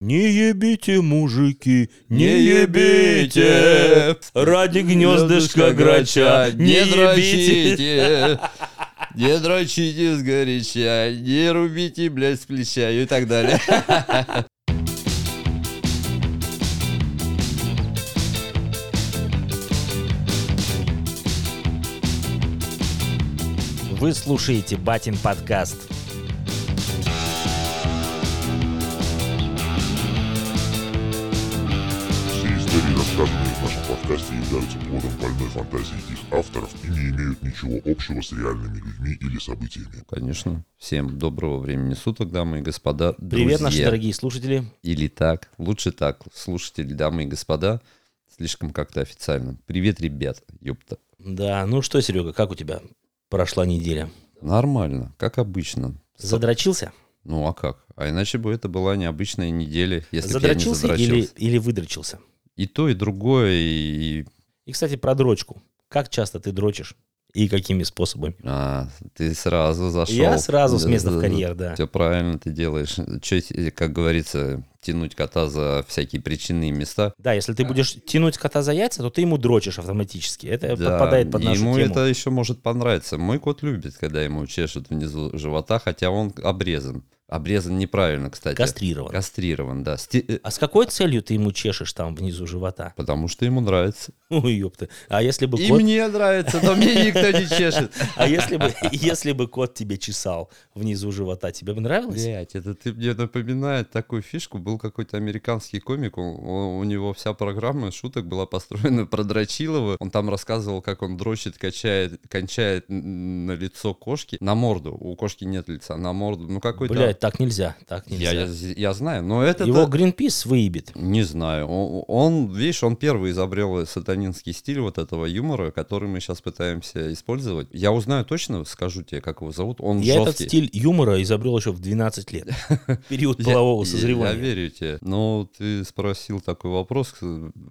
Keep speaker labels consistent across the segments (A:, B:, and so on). A: Не ебите, мужики,
B: Не ебите,
A: ради
B: гнездышко грача, не дрочите, не дрочите сгоряча, не рубите, блядь, с плеча и так далее.
C: Вы слушаете Батин подкаст.
D: Все истории, рассказанные в нашем подкасте, являются плодом больной фантазии их авторов и не имеют ничего общего с реальными людьми или событиями.
B: Конечно. Всем доброго времени суток, дамы и господа.
C: Привет,
B: друзья.
C: наши дорогие слушатели.
B: Или так, лучше так, слушатели, дамы и господа. Слишком как-то официально. Привет, ребят, ёпта.
C: Да, ну что, Серега, как у тебя прошла неделя?
B: Нормально, как обычно.
C: Задрочился?
B: Ну а как? А иначе бы это была необычная неделя, если бы я не
C: задрочился
B: задрочился.
C: или, или выдрочился?
B: И то, и другое, и... и-
C: И, кстати, про дрочку. Как часто ты дрочишь и какими способами?
B: а, ты сразу зашел.
C: Я сразу с места в карьер, да.
B: Все правильно ты делаешь. Че, как говорится, тянуть кота за всякие причинные места.
C: Да, если ты будешь тянуть кота за яйца, то ты ему дрочишь автоматически. Это
B: Да,
C: Э, подпадает под
B: и
C: нашу
B: ему
C: тему.
B: это еще может понравиться. Мой кот любит, когда ему чешут внизу живота, хотя он обрезан. Обрезан неправильно, кстати.
C: Кастрирован.
B: Кастрирован, да. Сти- э,
C: А с какой целью ты ему чешешь там внизу живота?
B: Потому что ему нравится.
C: Ой, ёпта. А если бы
B: И
C: кот...
B: мне нравится, но мне никто не чешет.
C: А если бы, если бы кот тебе чесал внизу живота, тебе бы нравилось?
B: Блять, это ты мне напоминает такую фишку. Был какой-то американский комик, он- он- у него вся программа шуток была построена про Дрочилова. Он там рассказывал, как он дрочит, качает, кончает н- на лицо кошки, на морду. У кошки нет лица, на морду. Ну какой-то...
C: Блядь, так нельзя, так
B: я,
C: нельзя.
B: я, я знаю, но это...
C: Его Гринпис выебет.
B: Не знаю. Он, он, видишь, он первый изобрел сатанинский стиль вот этого юмора, который мы сейчас пытаемся использовать. Я узнаю точно, скажу тебе, как его зовут. Он
C: Я этот
B: жесткий.
C: стиль юмора изобрел еще в 12 лет. Период
B: Я-
C: полового
B: я- Я,
C: созревания.
B: верю тебе. Но ты спросил такой вопрос.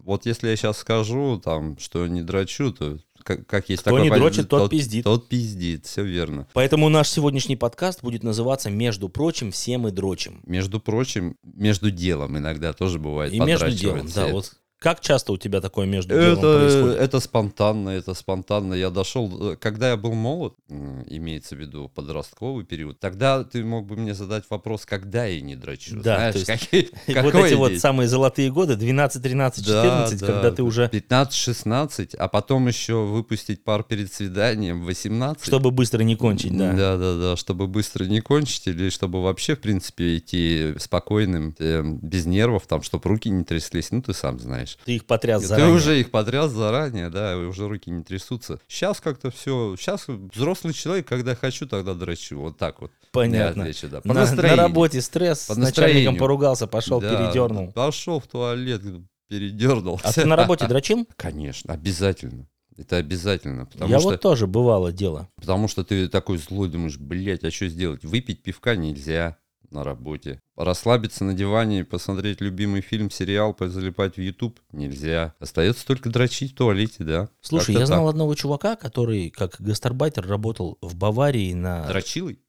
B: Вот если я сейчас скажу, там, что не дрочу, то как, как есть
C: Кто
B: такое
C: не
B: понятие,
C: дрочит, тот пиздит.
B: Тот пиздит, все верно.
C: Поэтому наш сегодняшний подкаст будет называться «Между прочим, все мы дрочим».
B: Между прочим, между делом иногда тоже бывает.
C: И между делом,
B: подрачивается.
C: да, вот. Как часто у тебя такое между делом
B: Это,
C: происходит?
B: это спонтанно, это спонтанно. Я дошел, э, когда я был молод, м, имеется в виду подростковый период, тогда ты мог бы мне задать вопрос, когда я не дрочу.
C: Да,
B: знаешь,
C: то есть
B: какие-
C: вот
B: какой
C: эти вот
B: день?
C: самые золотые годы, 12, 13, 14,
B: Да, да.
C: когда ты уже,
B: 15-16, а потом еще выпустить пар перед свиданием 18.
C: чтобы быстро не кончить, да.
B: Да, да, да, чтобы быстро не кончить, или чтобы вообще, в принципе, идти спокойным, э, без нервов, там, чтобы руки не тряслись, ну, ты сам знаешь.
C: Ты их потряс
B: Ты
C: заранее.
B: уже их потряс заранее, да, и уже руки не трясутся. Сейчас как-то все, сейчас взрослый человек, когда хочу, тогда дрочу, вот так вот. Я
C: Понятно.
B: отвечу, да. По
C: На, на
B: настроению.
C: работе стресс,
B: По
C: с начальником
B: настроению.
C: поругался, пошел,
B: Да,
C: передернул.
B: Пошел в туалет, передернул.
C: А ты на работе дрочил?
B: Конечно, обязательно. Это обязательно, потому
C: Я
B: что...
C: вот тоже бывало дело.
B: Потому что ты такой злой, думаешь, блядь, а что сделать? Выпить пивка нельзя на работе. Расслабиться на диване, посмотреть любимый фильм, сериал, позалипать в YouTube нельзя. Остается только дрочить в туалете, да.
C: Слушай,
B: Как-то
C: я знал
B: так.
C: одного чувака, который как гастарбайтер работал в Баварии на...
B: Дрочилый?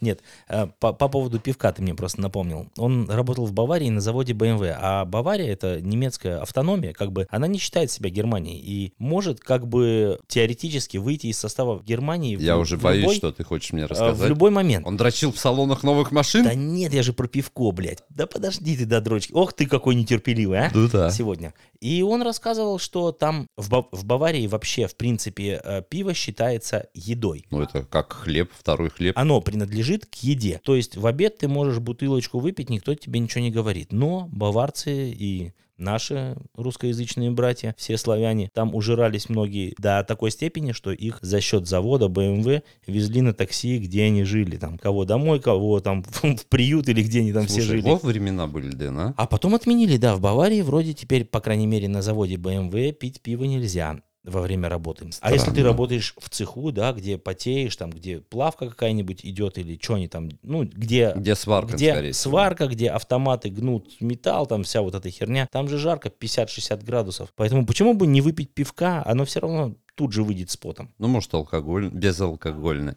C: Нет, э, по, по поводу пивка ты мне просто напомнил. Он работал в Баварии на заводе BMW, а Бавария это немецкая автономия, как бы она не считает себя Германией и может как бы теоретически выйти из состава Германии в-
B: Я уже
C: в
B: боюсь,
C: любой,
B: что ты хочешь мне
C: э, в
B: рассказать.
C: любой момент.
B: Он дрочил в салонах новых машин?
C: Да нет, я же про пивко, блядь. Да подожди ты до дрочки. Ох ты какой нетерпеливый, а?
B: Ну да.
C: сегодня. И он рассказывал, что там в, Ба- в Баварии вообще, в принципе, э, пиво считается едой.
B: Ну это как хлеб, второй хлеб.
C: Оно принадлежит к еде. То есть в обед ты можешь бутылочку выпить, никто тебе ничего не говорит. Но баварцы и наши русскоязычные братья, все славяне, там ужирались многие до такой степени, что их за счет завода BMW везли на такси, где они жили. Там кого домой, кого там в приют или где они там все
B: Слушай,
C: жили.
B: во времена были, Дэн, а?
C: А потом отменили, да, в Баварии вроде теперь, по крайней мере, на заводе BMW пить пиво нельзя во время работы. А если ты
B: Странно.
C: работаешь в цеху, да, где потеешь, там, где плавка какая-нибудь идет или что они там, ну, где,
B: Где сварка, скорее
C: где
B: всего.
C: сварка, где автоматы гнут металл, там вся вот эта херня, там же жарко 50-60 градусов. Поэтому почему бы не выпить пивка, оно все равно тут же выйдет с потом.
B: Ну, может, алкоголь, безалкогольное,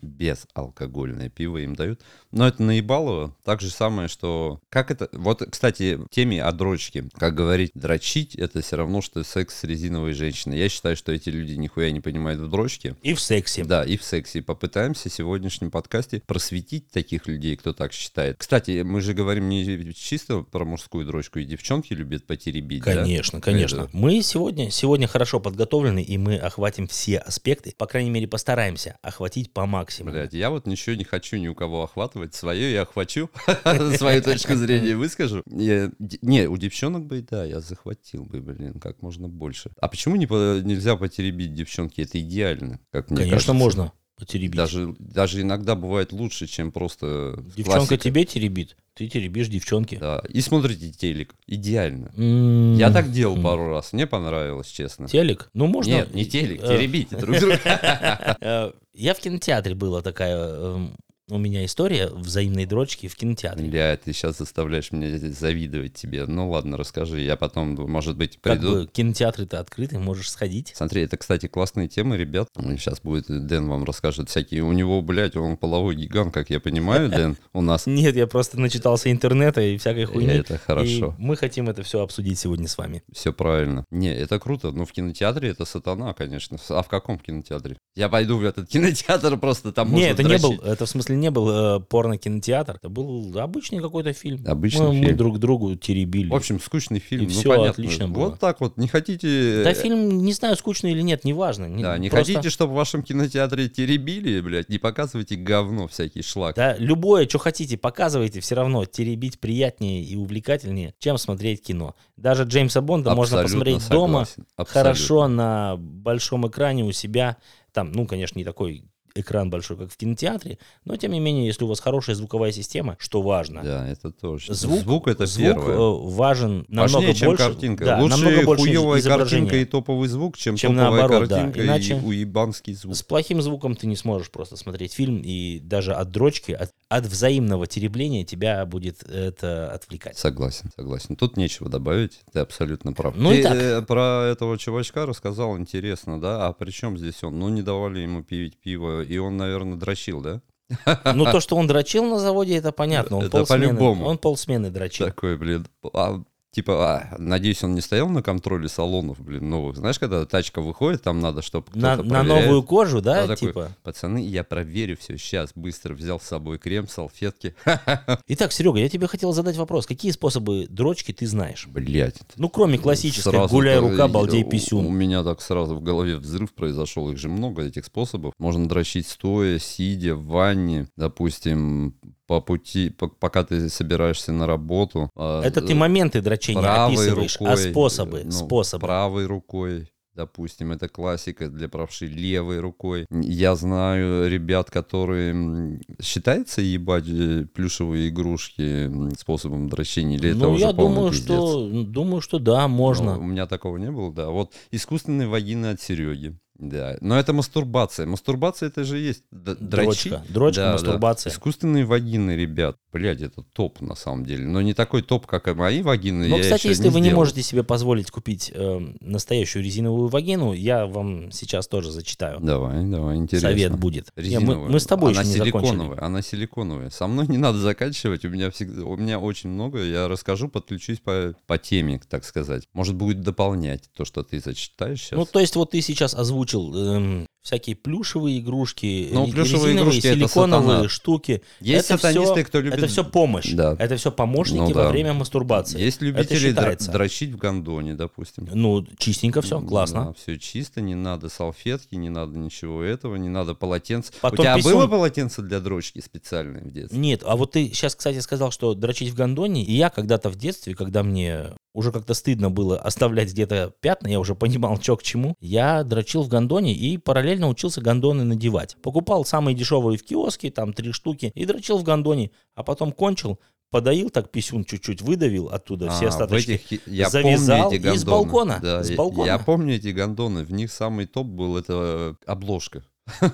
B: безалкогольное пиво им дают. Но это наебалово. Так же самое, что... Как это... Вот, кстати, в теме о дрочке. Как говорить, дрочить — это все равно, что секс с резиновой женщиной. Я считаю, что эти люди нихуя не понимают в дрочке.
C: И в сексе.
B: Да, и в сексе. Попытаемся в сегодняшнем подкасте просветить таких людей, кто так считает. Кстати, мы же говорим не чисто про мужскую дрочку, и девчонки любят потеребить, да?
C: Конечно, конечно.
B: Это-
C: Мы сегодня, сегодня хорошо подготовлены, и мы охватим все аспекты. По крайней мере, постараемся охватить по максимуму.
B: Блять, я вот ничего не хочу ни у кого охватывать. Свое я охвачу, свою точку зрения выскажу. Я- д- Не, у девчонок бы, да, я захватил бы, блин, как можно больше. А почему не по- нельзя потеребить девчонки? Это идеально, как мне
C: Конечно,
B: кажется.
C: можно потеребить.
B: Даже, даже иногда бывает лучше, чем просто
C: Девчонка
B: классика.
C: тебе теребит, ты теребишь девчонки.
B: Да. И смотрите телек. Идеально.
C: М,
B: Я так делал
C: М.
B: пару раз. Мне понравилось, честно.
C: М-м-м. Телек? Ну, можно...
B: Нет, не телек,
C: Э,
B: теребите друг друга.
C: Э, Я в кинотеатре была такая... эм, У меня история взаимной дрочки в кинотеатре.
B: Бля, а ты сейчас заставляешь меня завидовать тебе. Ну ладно, расскажи, я потом, может быть,
C: Как
B: приду.
C: бы кинотеатры-то открыты, можешь сходить.
B: Смотри, это, кстати, классные темы, ребят. Сейчас будет, Дэн вам расскажет всякие. У него, блядь, он половой гигант, как я понимаю, Дэн, у нас.
C: Нет, я просто начитался интернета и всякой
B: И
C: хуйни.
B: Это хорошо.
C: И мы хотим это все обсудить сегодня с вами.
B: Все правильно. Не, это круто. Но в кинотеатре это сатана, конечно. А в каком кинотеатре? Я пойду в этот кинотеатр просто там
C: не,
B: А можно
C: это не был,
B: дрочить.
C: это в смысле не был э, порно-кинотеатр, это был обычный какой-то фильм.
B: Обычный
C: мы, мы
B: фильм.
C: друг другу теребили.
B: В общем, скучный фильм.
C: И
B: ну,
C: всё
B: понятно.
C: отлично было.
B: Вот так вот. Не хотите...
C: да, фильм, не знаю, скучный или нет, неважно. Не-
B: э, Да, не
C: просто-
B: хотите, чтобы в вашем кинотеатре теребили, блядь, не показывайте говно всякий шлак.
C: Да, любое, что хотите, показывайте, все равно теребить приятнее и увлекательнее, чем смотреть кино. Даже Джеймса Бонда можно
B: Абсолютно
C: посмотреть дома,
B: согласен, абсолютно.
C: хорошо на большом экране у себя. Там, ну, конечно, не такой экран большой, как в кинотеатре, но тем не менее, если у вас хорошая звуковая система, что важно,
B: Да, это тоже.
C: Звук-
B: Звук, это
C: звук
B: первое.
C: э, важен намного
B: Важнее, чем
C: больше.
B: картинка.
C: да,
B: Лучше
C: намного больше
B: хуевая
C: изображения.
B: картинка и топовый звук, чем,
C: Чем
B: топовая
C: наоборот, да.
B: картинка
C: Иначе-
B: и уебанский звук.
C: С плохим звуком ты не сможешь просто смотреть фильм, и даже от дрочки, от, от взаимного теребления тебя будет это отвлекать.
B: Согласен, согласен. Тут нечего добавить, ты абсолютно прав.
C: Ну
B: ты
C: и так.
B: э, про этого чувачка рассказал, интересно, да? А при чем здесь он? Ну, не давали ему пить пиво, и он, наверное, дрочил, да?
C: Ну, то, что он дрочил на заводе, это понятно. Он
B: Это
C: полсмены-
B: по-любому.
C: Он полсмены дрочил.
B: Такой, блин. а, типа, а, надеюсь, он не стоял на контроле салонов, блин, новых. Знаешь, когда тачка выходит, там надо, чтобы кто-то
C: На, на
B: проверяет.
C: новую кожу, да,
B: Да, такой.
C: типа.
B: Пацаны, я проверю все сейчас. Быстро взял с собой крем, салфетки.
C: Итак, Серега, я тебе хотел задать вопрос. Какие способы дрочки ты знаешь?
B: Блять.
C: Ну, кроме классической, гуляй рука, балдей
B: У,
C: писюн.
B: меня так сразу в голове взрыв произошел. Их же много, этих способов. Можно дрочить стоя, сидя, в ванне, допустим, по пути, по- пока ты собираешься на работу. а,
C: Это ты моменты дрочения
B: правой
C: описываешь,
B: рукой,
C: а способы,
B: ну,
C: способы.
B: Правой рукой, допустим, это классика для правши левой рукой. Я знаю ребят, которые м, считается ебать э, плюшевые игрушки м, способом дрочения, или это
C: ну,
B: уже
C: я
B: полный
C: думаю,
B: пиздец?
C: что думаю, что да,
B: Ну,
C: можно.
B: у меня такого не было, да. Вот искусственные вагины от Сереги. Да, но это мастурбация. Мастурбация это же и есть д- дрочить.
C: Дрочка, дрочка,
B: Да, да.
C: мастурбация.
B: Искусственные вагины, ребят. Блядь, это топ на самом деле. Но не такой топ, как и мои вагины.
C: Но,
B: я
C: Ну, кстати,
B: еще
C: если вы не
B: сделал.
C: можете себе позволить купить эм, настоящую резиновую вагину, я вам сейчас тоже зачитаю.
B: Давай, давай, интересно.
C: Совет будет. Не, мы,
B: Резиновая.
C: мы с тобой
B: она
C: еще не
B: силиконовая,
C: закончили.
B: Она силиконовая. Со мной не надо заканчивать. У меня всегда, у меня очень много. Я расскажу, подключусь по, по теме, так сказать. Может, будет дополнять то, что ты зачитаешь сейчас.
C: Ну, то есть вот ты сейчас озвучил эм, всякие плюшевые игрушки,
B: Ну,
C: ре-
B: плюшевые
C: резиновые,
B: игрушки это
C: силиконовые
B: сатана.
C: штуки.
B: Есть
C: это
B: сатанисты,
C: всё-
B: кто любит-
C: Это все помощь.
B: Да.
C: Это все помощники
B: Ну
C: во
B: да.
C: время мастурбации.
B: Есть любители др-
C: считается.
B: дрочить в гондоне, допустим.
C: Ну, чистенько все, классно.
B: все чисто, не надо салфетки, не надо ничего этого, не надо полотенца.
C: Потом
B: У тебя
C: писюн.
B: было полотенце для дрочки специальное в детстве?
C: Нет, а вот ты сейчас, кстати, сказал, что дрочить в гондоне. И я когда-то в детстве, когда мне уже как-то стыдно было оставлять где-то пятна, я уже понимал, что к чему, я дрочил в гондоне и параллельно учился гондоны надевать. Покупал самые дешевые в киоске, там три штуки, и дрочил в гондоне, а потом кончил, подоил так писюн чуть-чуть, выдавил оттуда все
B: А,
C: остаточки.
B: в этих, я
C: завязал
B: помню
C: и
B: эти
C: с
B: гондоны.
C: балкона,
B: Да,
C: с
B: я-
C: балкона.
B: Я помню эти гондоны. В них самый топ был это э, обложка.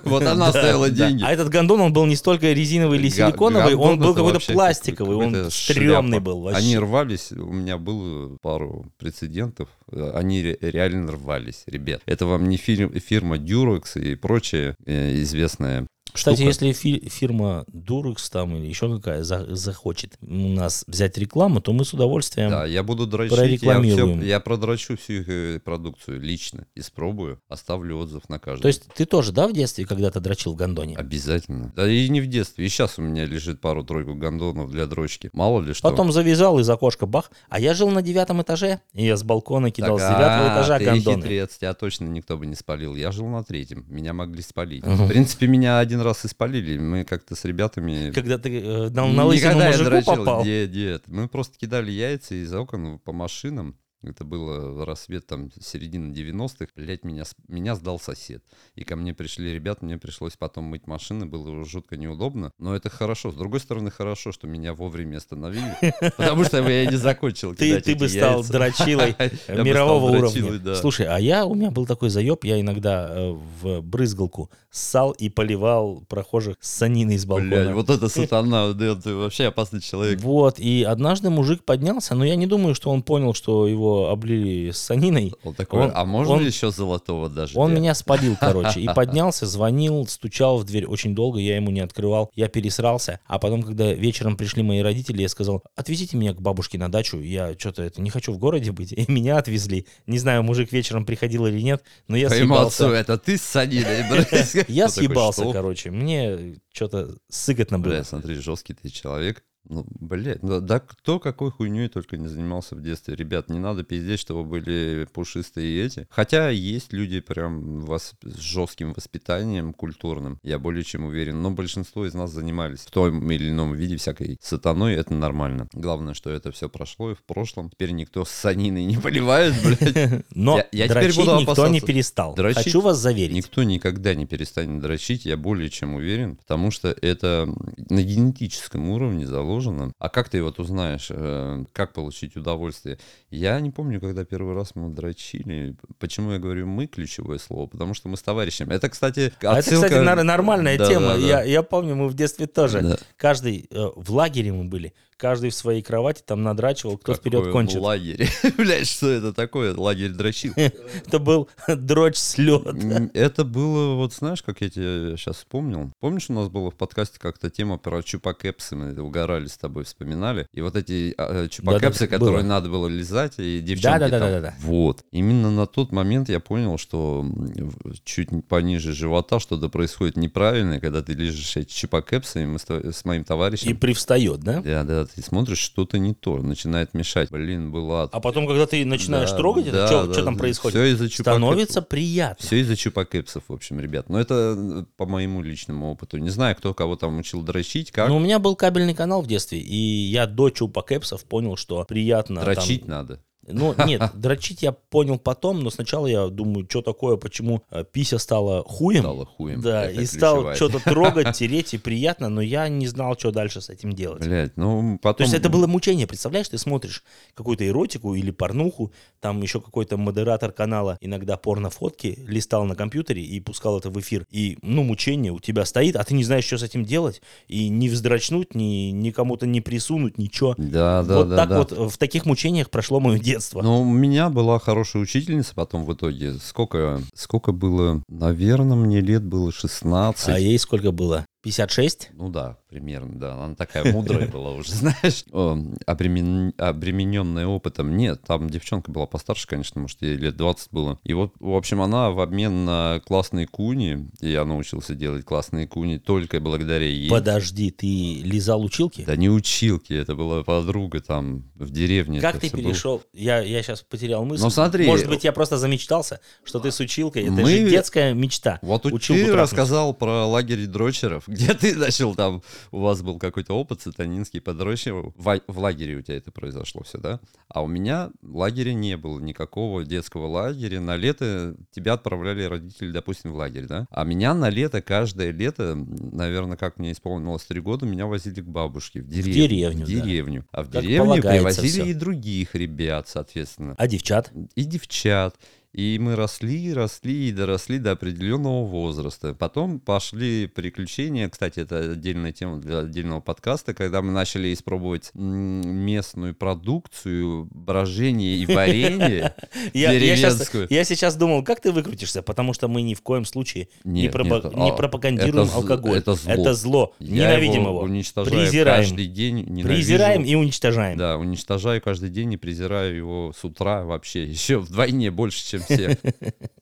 B: Вот она
C: Да,
B: стоила
C: да.
B: деньги.
C: А этот гондон, он был не столько резиновый или
B: Га-
C: силиконовый,
B: гандон
C: он был
B: это
C: какой-то
B: вообще
C: пластиковый,
B: какой-то
C: он стрёмный
B: шляпа.
C: был
B: Они
C: вообще.
B: рвались, у меня было пару прецедентов, э, они ре- реально рвались, ребят. Это вам не фирм- фирма Durex и прочее э, известная
C: Кстати,
B: штука.
C: если фи- фирма Durex там или еще какая за- захочет у нас взять рекламу, то мы с удовольствием...
B: Да, я буду дрочить. Я,
C: Эм, прорекламируем.
B: всё- я продрочу всю их э, продукцию лично, испробую, оставлю отзыв на каждом.
C: То есть ты тоже, да, в детстве когда-то дрочил в гондоне?
B: Обязательно. Да и не в детстве. И сейчас у меня лежит пару-тройку гондонов для дрочки. Мало ли что.
C: Потом завязал из окошка, бах. А я жил на девятом этаже, и я с балкона кидал
B: Так,
C: с девятого
B: а,
C: этажа
B: ты
C: гондоны.
B: хитрец, тебя точно никто бы не спалил. Я жил на третьем, меня могли спалить.
C: Мгм.
B: В принципе, меня один раз и спалили. Мы как-то с ребятами...
C: Когда ты э, на, на лысину
B: Никогда я
C: мужику
B: дрочил.
C: попал.
B: Нет, нет. Мы просто кидали яйца из окон по машинам. Это было рассвет там середина 90-х. Блять, меня, с- меня сдал сосед. И ко мне пришли ребята, мне пришлось потом мыть машины, было жутко неудобно. Но это хорошо. С другой стороны, хорошо, что меня вовремя остановили, потому что я не закончил
C: Ты,
B: кидать
C: ты
B: эти
C: бы стал
B: яйца.
C: дрочилой
B: Я бы стал
C: мирового
B: дрочилой,
C: уровня.
B: да.
C: Слушай, а я у меня был такой заеб, я иногда э, в брызгалку ссал и поливал прохожих саниной из балкона.
B: Блядь, вот это сатана, да, ты вообще опасный человек.
C: Вот, и однажды мужик поднялся, но я не думаю, что он понял, что его облили саниной.
B: Он такой,
C: Он-
B: а можно
C: он-
B: еще золотого даже?
C: Он меня спалил, короче, и поднялся, звонил, стучал в дверь очень долго, я ему не открывал, я пересрался, а потом, когда вечером пришли мои родители, я сказал, отвезите меня к бабушке на дачу, я что-то это не хочу в городе быть, и меня отвезли. Не знаю, мужик вечером приходил или нет, но я съебался.
B: это ты с саниной, блядь.
C: Я
B: Он такой,
C: съебался,
B: «Что,
C: короче, мне что-то сыготно было.
B: Бля, смотри, жесткий ты человек. Ну, блядь, ну, да кто какой хуйней только не занимался в детстве. Ребят, не надо пиздеть, чтобы были пушистые эти. Хотя есть люди прям вас с жестким воспитанием культурным, я более чем уверен. Но большинство из нас занимались в том или ином виде всякой сатаной, это нормально. Главное, что это все прошло и в прошлом. Теперь никто с саниной не поливает, блядь.
C: Но
B: Я- я теперь
C: дрочить
B: буду
C: никто не
B: опасаться.
C: перестал.
B: Дрочить
C: Хочу вас заверить.
B: Никто никогда не перестанет дрочить, я более чем уверен, потому что это на генетическом уровне заложено. А как ты вот узнаешь, э, как получить удовольствие? Я не помню, когда первый раз мы дрочили. Почему я говорю «мы» ключевое слово? Потому что мы с товарищем. Это, кстати,
C: А
B: отсылка...
C: Это, кстати, нар- нормальная
B: Да,
C: тема.
B: да, да.
C: Я, я помню, мы в детстве тоже.
B: Да.
C: Каждый э, в лагере мы были, каждый в своей кровати там надрачивал, кто вперед
B: Какой
C: кончит.
B: Лагерь. Блядь, что это такое? Лагерь дрочил.
C: Это был дрочь слет.
B: М, Это было, вот знаешь, как я тебе сейчас вспомнил. Помнишь, у нас была в подкасте как-то тема про чупакепсы, мы это угорали с тобой, вспоминали. И вот эти а, э, чупакепсы,
C: было.
B: которые надо было лизать, и девчонки
C: Да-да-да,
B: там.
C: да-да.
B: Вот. Именно на тот момент я понял, что м, в- чуть н- пониже живота что-то происходит неправильное, когда ты лежишь эти чупакепсы, и мы с, то- с моим
C: И
B: товарищем...
C: привстает, да?
B: Да, да, ты смотришь, что-то не то, начинает мешать. Блин, была...
C: А потом, когда ты начинаешь
B: Да,
C: трогать,
B: да,
C: это что
B: да,
C: там
B: да.
C: происходит?
B: Всё из-за чупакеп-
C: Становится приятно.
B: Все из-за чупакепсов, в общем, ребят. Но это э, по моему личному опыту. Не знаю, кто кого там учил дрочить, как.
C: Но Ну, у меня был кабельный канал в детстве, и я до чупакепсов понял, что приятно. там-
B: дрочить надо.
C: Ну, нет, дрочить я понял потом, но сначала я думаю, что такое, почему э, пися стала хуем.
B: Стало хуем.
C: хм, Да,
B: Это
C: и стал
B: ключевая.
C: что-то трогать, тереть, и приятно, но я не знал, что дальше с этим делать.
B: Блядь, ну потом...
C: То есть это было мучение, представляешь, ты смотришь какую-то эротику или порнуху, там еще какой-то модератор канала иногда порнофотки листал на компьютере и пускал это в эфир. И, ну, мучение у тебя стоит, а ты не знаешь, что с этим делать, и не вздрочнуть, ни, ни кому-то не присунуть, ничего.
B: Да, да,
C: вот
B: да,
C: так
B: да. Ну,
C: вот типа. э, в таких мучениях прошло мое детство. А
B: Но у меня была хорошая учительница потом в итоге. Сколько, сколько было? Наверное, мне лет было 16.
C: а ей сколько было? 56?
B: Ну да, примерно, да. Она такая мудрая была уже, знаешь. О, обремен- Обремененная опытом. Нет, там девчонка была постарше, конечно, может, ей лет 20 было. И вот, в общем, она в обмен на классные куни, и я научился делать классные куни только благодаря ей.
C: Подожди, ты лизал училки?
B: Да не училки, это была подруга там в деревне.
C: Как
B: это
C: ты
B: всё было.
C: перешел? Я, я сейчас потерял мысль.
B: Ну, смотри.
C: Может быть, я просто замечтался, что ты с училкой. Это
B: Мы-
C: же детская мечта.
B: Вот у-
C: Училку
B: ты
C: трахнуть.
B: рассказал про лагерь дрочеров, где ты начал там, у вас был какой-то опыт сатанинский по дрочеру. В, а, в лагере у тебя это произошло все, да? А у меня лагеря не было, никакого детского лагеря. На лето тебя отправляли родители, допустим, в лагерь, да? А меня на лето, каждое лето, наверное, как мне исполнилось три года, меня возили к бабушке в деревню.
C: деревню,
B: в
C: да.
B: деревню. А в
C: Как
B: деревню
C: полагается
B: привозили
C: всё.
B: и других ребят, соответственно
C: А девчат?
B: и девчат. И мы росли, росли и доросли до определенного возраста. Потом пошли приключения. Кстати, это отдельная тема для отдельного подкаста, когда мы начали испробовать м, местную продукцию, брожение и варенье.
C: Я, я сейчас,
B: Деревенскую.
C: я сейчас думал, как ты выкрутишься, потому что мы ни в коем случае не,
B: Нет,
C: пропа-
B: нет,
C: не
B: а,
C: пропагандируем
B: это з-
C: алкоголь.
B: это зло. Я
C: Ненавидим его.
B: уничтожаю
C: презираем.
B: каждый день. ненавижу.
C: Презираем и уничтожаем.
B: Да, уничтожаю каждый день и презираю его с утра вообще. Еще вдвойне больше, чем все.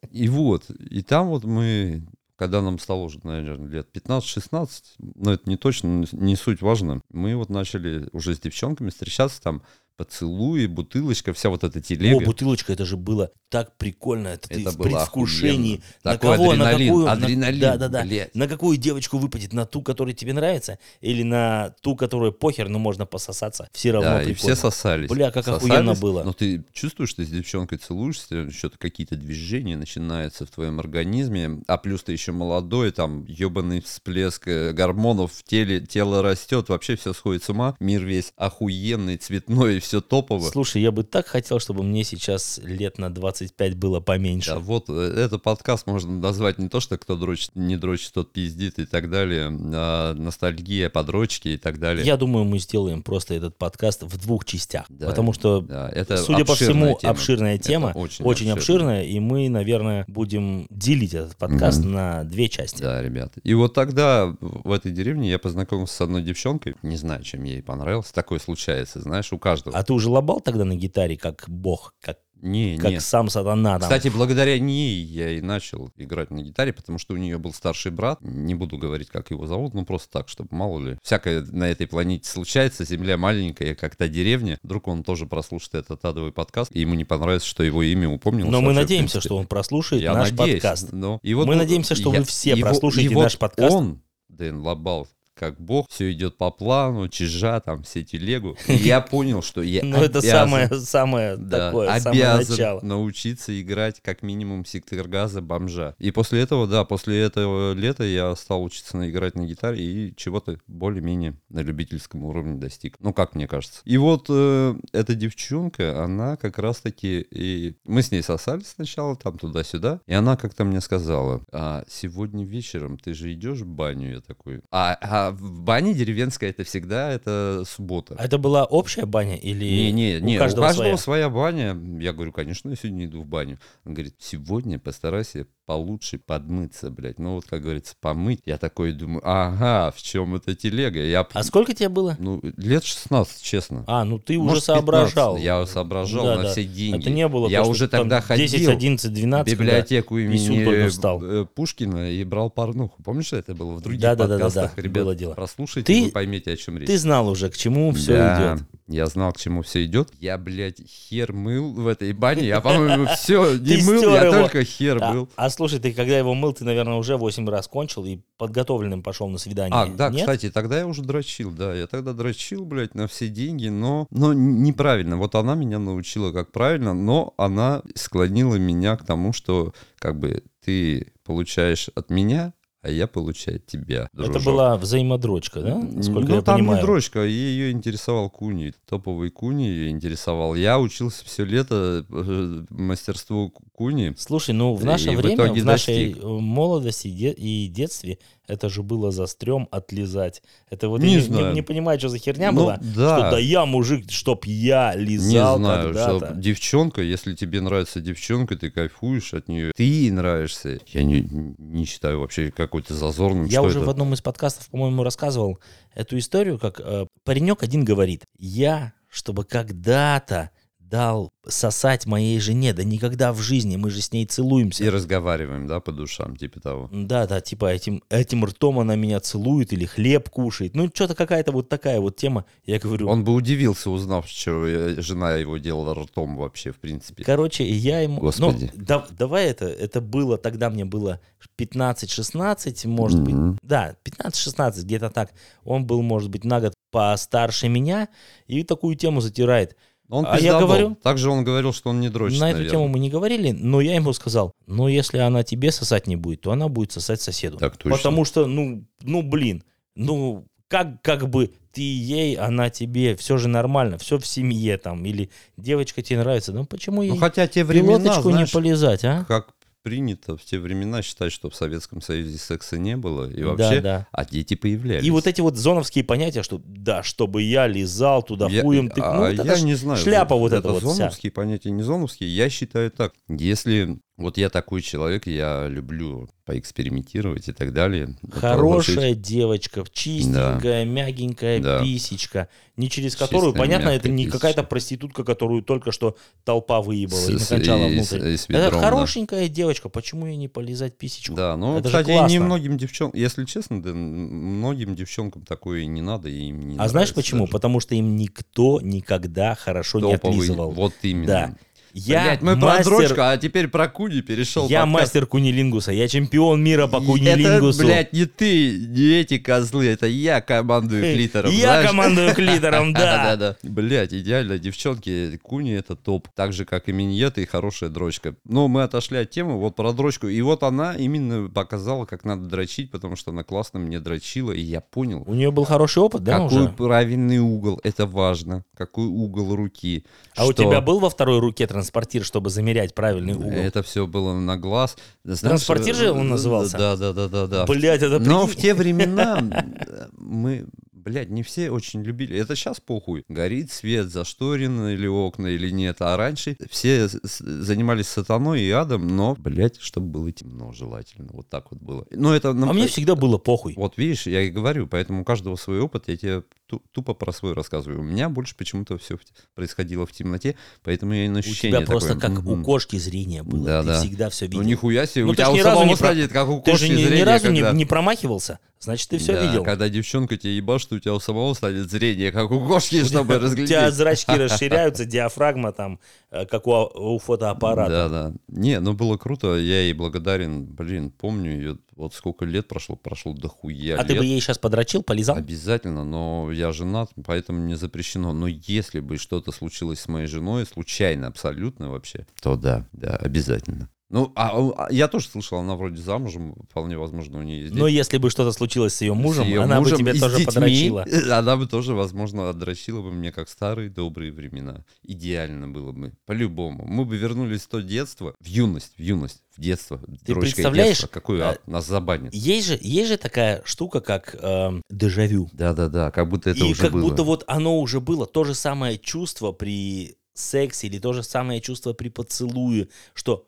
B: И вот, и там вот мы, когда нам стало уже, наверное, лет 15-16, но это не точно, не суть важно, мы вот начали уже с девчонками встречаться там, поцелуи, бутылочка, вся вот эта
C: О,
B: телега.
C: бутылочка, это же было так прикольно. Это, ты
B: Это
C: в
B: было
C: предвкушении.
B: охуенно.
C: На
B: Такой
C: кого, на
B: адреналин,
C: какую... на-
B: адреналин,
C: да, да, да.
B: блядь.
C: На какую девочку выпадет? На ту, которая тебе нравится? Или на ту, которая похер, но можно пососаться? Все равно
B: Да, и
C: прикольно.
B: все сосались.
C: Бля, как охуенно было.
B: Но ты чувствуешь, ты с девчонкой целуешься, что-то какие-то движения начинаются в твоем организме, а плюс ты еще молодой, там ебаный всплеск э, гормонов в теле, тело растет, вообще все сходит с ума, мир весь охуенный, цветной, все топово.
C: Слушай, я бы так хотел, чтобы мне сейчас лет на 25 было поменьше.
B: Да, вот, э, этот подкаст можно назвать не то, что кто дрочит, не дрочит, тот пиздит и так далее, а ностальгия, подрочки и так далее.
C: Я думаю, мы сделаем просто этот подкаст в двух частях.
B: Да,
C: потому что,
B: Да, это
C: судя по
B: обширная
C: всему,
B: тема.
C: обширная
B: Это
C: тема, очень,
B: очень
C: обширная, и мы, наверное, будем делить этот подкаст
B: Мгм.
C: на две части.
B: Да, ребят. И вот тогда в этой деревне я познакомился с одной девчонкой. Не знаю, чем ей понравилось. Такое случается, знаешь, у каждого.
C: А ты уже лобал тогда на гитаре, как бог, как,
B: Не,
C: как
B: не.
C: сам сатана там?
B: Кстати, благодаря ней я и начал играть на гитаре, потому что у нее был старший брат. Не буду говорить, как его зовут, ну просто так, чтобы мало ли. Всякое на этой планете случается, земля маленькая, как та деревня. Вдруг он тоже прослушает этот адовый подкаст, и ему не понравится, что его имя упомнилось.
C: Но мы
B: вообще, в
C: надеемся,
B: принципе.
C: что он прослушает
B: Я
C: наш
B: надеюсь,
C: подкаст.
B: но- и вот
C: Мы
B: он-
C: надеемся, что вы все
B: и во-
C: прослушаете
B: и вот
C: наш подкаст.
B: Он, Дэн Лобал, как бог, все идет по плану, чижа, там, все телегу. И я понял, что я
C: Но Ну, это
B: обязан,
C: самое, самое
B: да,
C: такое, самое
B: обязан
C: начало.
B: научиться играть как минимум сектор газа бомжа. И после этого, да, после этого лета я стал учиться на- играть на гитаре и чего-то более-менее на любительском уровне достиг. Ну, как мне кажется. И вот э, эта девчонка, она как раз-таки... И... Мы с ней сосались сначала, там туда-сюда. И она как-то мне сказала, а сегодня вечером ты же идешь в баню? Я такой... А, а в бане деревенская это всегда, это суббота.
C: А это была общая баня или
B: Не, не,
C: у
B: не,
C: каждого своя?
B: баня. Я говорю, конечно, я сегодня иду в баню. Он говорит, сегодня постарайся получше подмыться, блядь. Ну вот, как говорится, помыть. Я такой думаю, ага, в чем эта телега? Я, п-
C: А сколько тебе было?
B: ну, лет 16, честно.
C: А, ну ты уже
B: Может, 15.
C: соображал.
B: Я соображал
C: Да,
B: на
C: да.
B: все деньги.
C: Это не было
B: Я
C: то, что
B: уже
C: там
B: тогда
C: 10,
B: ходил
C: 11,
B: в
C: 12. когда-
B: библиотеку
C: Писюн только
B: имени
C: встал.
B: э, Пушкина и брал порнуху. Помнишь, это было в других
C: Да-да-да-да-да,
B: подкастах? Ребят,
C: было дело.
B: прослушайте,
C: Ты-
B: вы поймете, о чем речь.
C: Ты знал уже, к чему все
B: Да,
C: идет.
B: Я знал, к чему все идет. Я, блядь, хер мыл в этой бане. Я, по-моему, все
C: Ты
B: не мыл,
C: стер
B: я
C: его.
B: только хер
C: А,
B: мыл.
C: а слушай, ты когда его мыл, ты, наверное, уже 8 раз кончил и подготовленным пошел на свидание.
B: А, да,
C: Нет?
B: кстати, тогда я уже дрочил, да, я тогда дрочил, блядь, на все деньги, но, но неправильно. Вот она меня научила, как правильно, но она склонила меня к тому, что, как бы, ты получаешь от меня, а я получаю от тебя,
C: Это
B: дружок.
C: была взаимодрочка, да? Насколько
B: ну,
C: я
B: там
C: понимаю.
B: не дрочка, ее интересовал куни, топовый куни ее интересовал. Я учился все лето э, мастерству ку- куни.
C: Слушай, ну в
B: И
C: наше
B: в
C: время,
B: итоге
C: в нашей
B: достиг.
C: э, молодости и де- и детстве, это же было за стрём отлизать. Это вот
B: Не
C: я
B: знаю.
C: не понимаю, что за херня
B: Ну,
C: была.
B: да.
C: Что да я, мужик, чтоб я
B: Не
C: лизал
B: знаю, что
C: когда-то.
B: девчонка, если тебе нравится девчонка, ты кайфуешь от нее, ты ей нравишься. Я не, не считаю вообще какой-то зазорным,
C: Я
B: что
C: уже
B: это.
C: в одном из подкастов, по-моему, рассказывал эту историю, как э, паренек один говорит, я, чтобы когда-то дал сосать моей жене, да никогда в жизни, мы же с ней целуемся.
B: И разговариваем, да, по душам, типа того.
C: Да, да, типа этим, этим ртом она меня целует или хлеб кушает. Ну, что-то какая-то вот такая вот тема. Я говорю,
B: Он бы удивился, узнав, что э, жена его делала ртом вообще, в принципе.
C: короче, и я ему...
B: Господи.
C: Ну, да- давай это, это было, тогда мне было 15-16, может
B: Мгм.
C: быть. Да, 15-16, где-то так. Он был, может быть, на год постарше меня и такую тему затирает.
B: Он
C: А я
B: пиздобол.
C: говорю-
B: Также он говорил, что он не дрочит,
C: на эту
B: наверное.
C: тему мы не говорили, но я ему сказал, ну, если она тебе сосать не будет, то она будет сосать соседу.
B: Так точно.
C: Потому что, ну, ну, блин, ну, как, как бы ты ей, она тебе, все же нормально, все в семье там, или девочка тебе нравится, ну почему ей
B: Ну, хотя те
C: в
B: времена,
C: пилоточку
B: знаешь,
C: не полезать, а?
B: как принято в те времена считать, что в Советском Союзе секса не было, и
C: Да,
B: вообще,
C: да.
B: а дети появлялись.
C: И вот эти вот зоновские понятия, что да, чтобы я лизал туда
B: Я-
C: хуем тыкнул,
B: а
C: ну, это
B: я
C: ж
B: не знаю.
C: шляпа вот эта
B: это
C: вот вся.
B: зоновские понятия, не зоновские. Я считаю так. Если вот я такой человек, я люблю поэкспериментировать и так далее.
C: Хорошая
B: попробовать.
C: девочка, чистенькая, мягенькая
B: Да.
C: писечка, не через которую,
B: Чистая,
C: понятно, это
B: мягкая
C: не
B: писечка.
C: какая-то проститутка, которую только что толпа выебала и
B: С- с-
C: накончала
B: и с-
C: внутрь.
B: и с
C: Это
B: ведром, да.
C: хорошенькая девочка, почему ей не полизать писечку?
B: Да, ну,
C: Это же
B: кстати,
C: классно.
B: немногим девчонкам, если честно, да, м- многим девчонкам такое и не надо, и им не
C: а знаешь
B: нравится
C: почему?
B: даже.
C: Потому что им никто никогда хорошо
B: Топовый,
C: не отлизывал.
B: Вот именно.
C: Да. Я
B: Блядь, мы
C: мастер,
B: про дрочку, а теперь про куни перешел.
C: я
B: подкаст.
C: мастер кунилингуса, я чемпион мира по
B: Это,
C: кунилингусу.
B: блядь, не ты, не эти козлы, это я командую клитором.
C: Я
B: знаешь?
C: командую клитором, да.
B: Да-да-да. Блять, идеально, девчонки, куни это топ. Так же, как и миньеты и хорошая дрочка. Но мы отошли от темы, вот про дрочку. И вот она именно показала, как надо дрочить, потому что она классно мне дрочила, и я понял,
C: У нее был хороший опыт, да,
B: какой
C: уже?
B: правильный угол, это важно, какой угол руки.
C: А у
B: что-
C: тебя был во второй руке транспортир, чтобы замерять правильный угол?
B: Э, Это все было на глаз. Знаешь,
C: Транспортир же он
B: э,
C: назывался?
B: Да, да, да, да, да.
C: Блять, это
B: Но в
C: прикинь.
B: те времена э, мы, блядь, не все очень любили. Это сейчас похуй. Горит свет, зашторены или окна или нет. А раньше все с- с- занимались сатаной и адом, но, блядь, чтобы было темно желательно. Вот так вот было. Но это... нам-
C: А мне всегда было похуй.
B: Вот видишь, я и говорю, поэтому у каждого свой опыт, я тебе ту- тупо про свой рассказываю. У меня больше почему-то все происходило в темноте, поэтому я и на
C: У
B: ощущение
C: тебя просто
B: такое,
C: как у
B: мгм.
C: кошки зрение было.
B: Да,
C: ты
B: да.
C: всегда все
B: Ну
C: видел.
B: нихуя себе,
C: Ну,
B: у
C: ты ж
B: тебя у
C: ни разу
B: самого
C: не про-
B: садит, как у
C: ты
B: кошки
C: же ни, ни
B: зрение,
C: разу не,
B: когда-
C: не промахивался, значит, ты все
B: Да,
C: видел.
B: Когда девчонка тебя ебашь, что у тебя у самого станет зрение, как у кошки, чтобы
C: У тебя
B: разглядеть.
C: зрачки расширяются, диафрагма там, э, как у, а- у фотоаппарата.
B: Да, да. Не, ну было круто, я ей благодарен. Блин, помню ее, вот сколько лет прошло, прошло дохуя
C: А ты
B: лет.
C: бы ей сейчас подрочил, полизал?
B: Обязательно, но я женат, поэтому мне запрещено. Но если бы что-то случилось с моей женой, случайно, абсолютно вообще, то да, да, обязательно. Ну, а, а я тоже слышал, она вроде замужем, вполне возможно, у нее есть дети.
C: Но если бы что-то случилось с ее мужем,
B: с её
C: она
B: мужем
C: бы тебе
B: и с
C: тоже
B: детьми.
C: подрочила.
B: Она бы тоже, возможно, отдрочила бы мне, как старые добрые времена. Идеально было бы. По-любому. Мы бы вернулись в то детство, в юность, в юность, в детство. Ты
C: представляешь,
B: какой
C: а,
B: ад нас забанит.
C: Есть же, есть же такая штука, как эм, дежавю.
B: Да-да-да, как будто это
C: и
B: уже
C: как
B: было.
C: будто вот оно уже было, то же самое чувство при сексе или то же самое чувство при поцелуе, что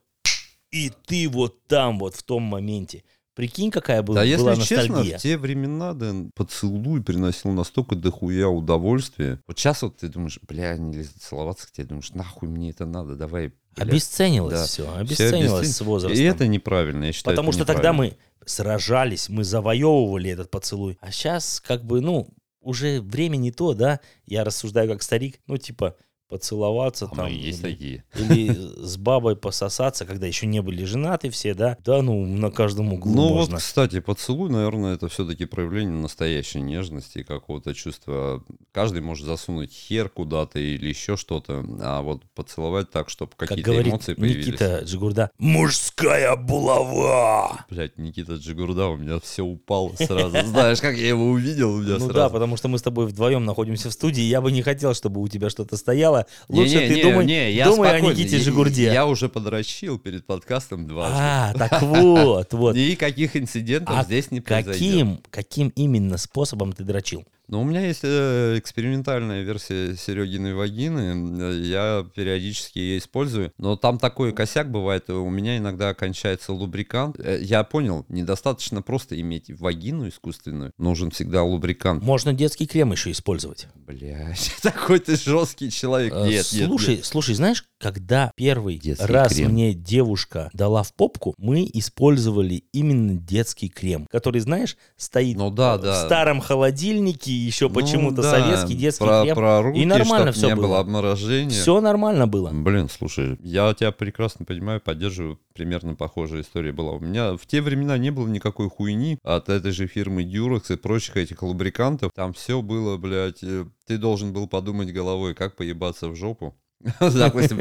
C: и ты вот там вот в том моменте. Прикинь, какая была,
B: Да,
C: была
B: если честно,
C: ностальгия.
B: в те времена, да, поцелуй приносил настолько дохуя удовольствие. Вот сейчас вот ты думаешь, бля, нельзя целоваться к тебе, думаешь, нахуй мне это надо, давай.
C: А
B: бля».
C: обесценилось
B: да.
C: все,
B: Всё
C: обесценилось
B: обесцен-
C: с возрастом.
B: И это неправильно, я считаю.
C: Потому
B: это
C: что тогда
B: неправильно.
C: мы сражались, мы завоевывали этот поцелуй. А сейчас как бы, ну, уже время не то, да? Я рассуждаю как старик, ну, типа, поцеловаться
B: А
C: там.
B: мы и есть
C: или-
B: такие.
C: Или с бабой пососаться, когда еще не были женаты все, да? Да, ну, на каждом углу
B: Ну
C: можно.
B: вот, кстати, поцелуй, наверное, это все-таки проявление настоящей нежности и какого-то чувства. Каждый может засунуть хер куда-то или еще что-то, а вот поцеловать так, чтобы
C: как
B: какие-то
C: говорит
B: эмоции появились.
C: Никита Джигурда, мужская булава!
B: Блять, Никита Джигурда, у меня все упало сразу. Знаешь, как я его увидел, у меня
C: ну да,
B: сразу.
C: потому что мы с тобой вдвоем находимся в студии, я бы не хотел, чтобы у тебя что-то стояло. Лучше
B: Не-не-не,
C: ты думай,
B: не, я
C: думай о
B: спокойно.
C: Никите
B: Я-
C: Джигурде.
B: Я уже подрочил перед подкастом дважды.
C: А, так вот, вот.
B: Никаких инцидентов
C: А
B: здесь не произойдет.
C: Каким, каким именно способом ты дрочил?
B: Но у меня есть э, экспериментальная версия Серегиной вагины. э, Я периодически ее использую. Но там такой косяк бывает. э, У меня иногда кончается лубрикант. Э, Я понял, недостаточно просто иметь вагину искусственную. Нужен всегда лубрикант.
C: Можно детский крем еще использовать.
B: Блять, такой ты жесткий человек.
C: Э,
B: Нет, нет, нет.
C: слушай, слушай, знаешь, когда первый
B: Детский
C: раз
B: крем.
C: мне девушка дала в попку, мы использовали именно детский крем, который, знаешь, стоит
B: Ну да,
C: э,
B: да.
C: в старом холодильнике, еще
B: Ну
C: почему-то
B: да,
C: советский детский
B: про,
C: крем.
B: про руки,
C: нормально
B: чтоб
C: всё
B: не
C: было.
B: обморожения.
C: Все нормально было.
B: Блин, слушай, я тебя прекрасно понимаю, поддерживаю. Примерно похожая история была. У меня в те времена не было никакой хуйни от этой же фирмы Durex и прочих этих лубрикантов. Там все было, блядь, э, ты должен был подумать головой, как поебаться в жопу. Допустим,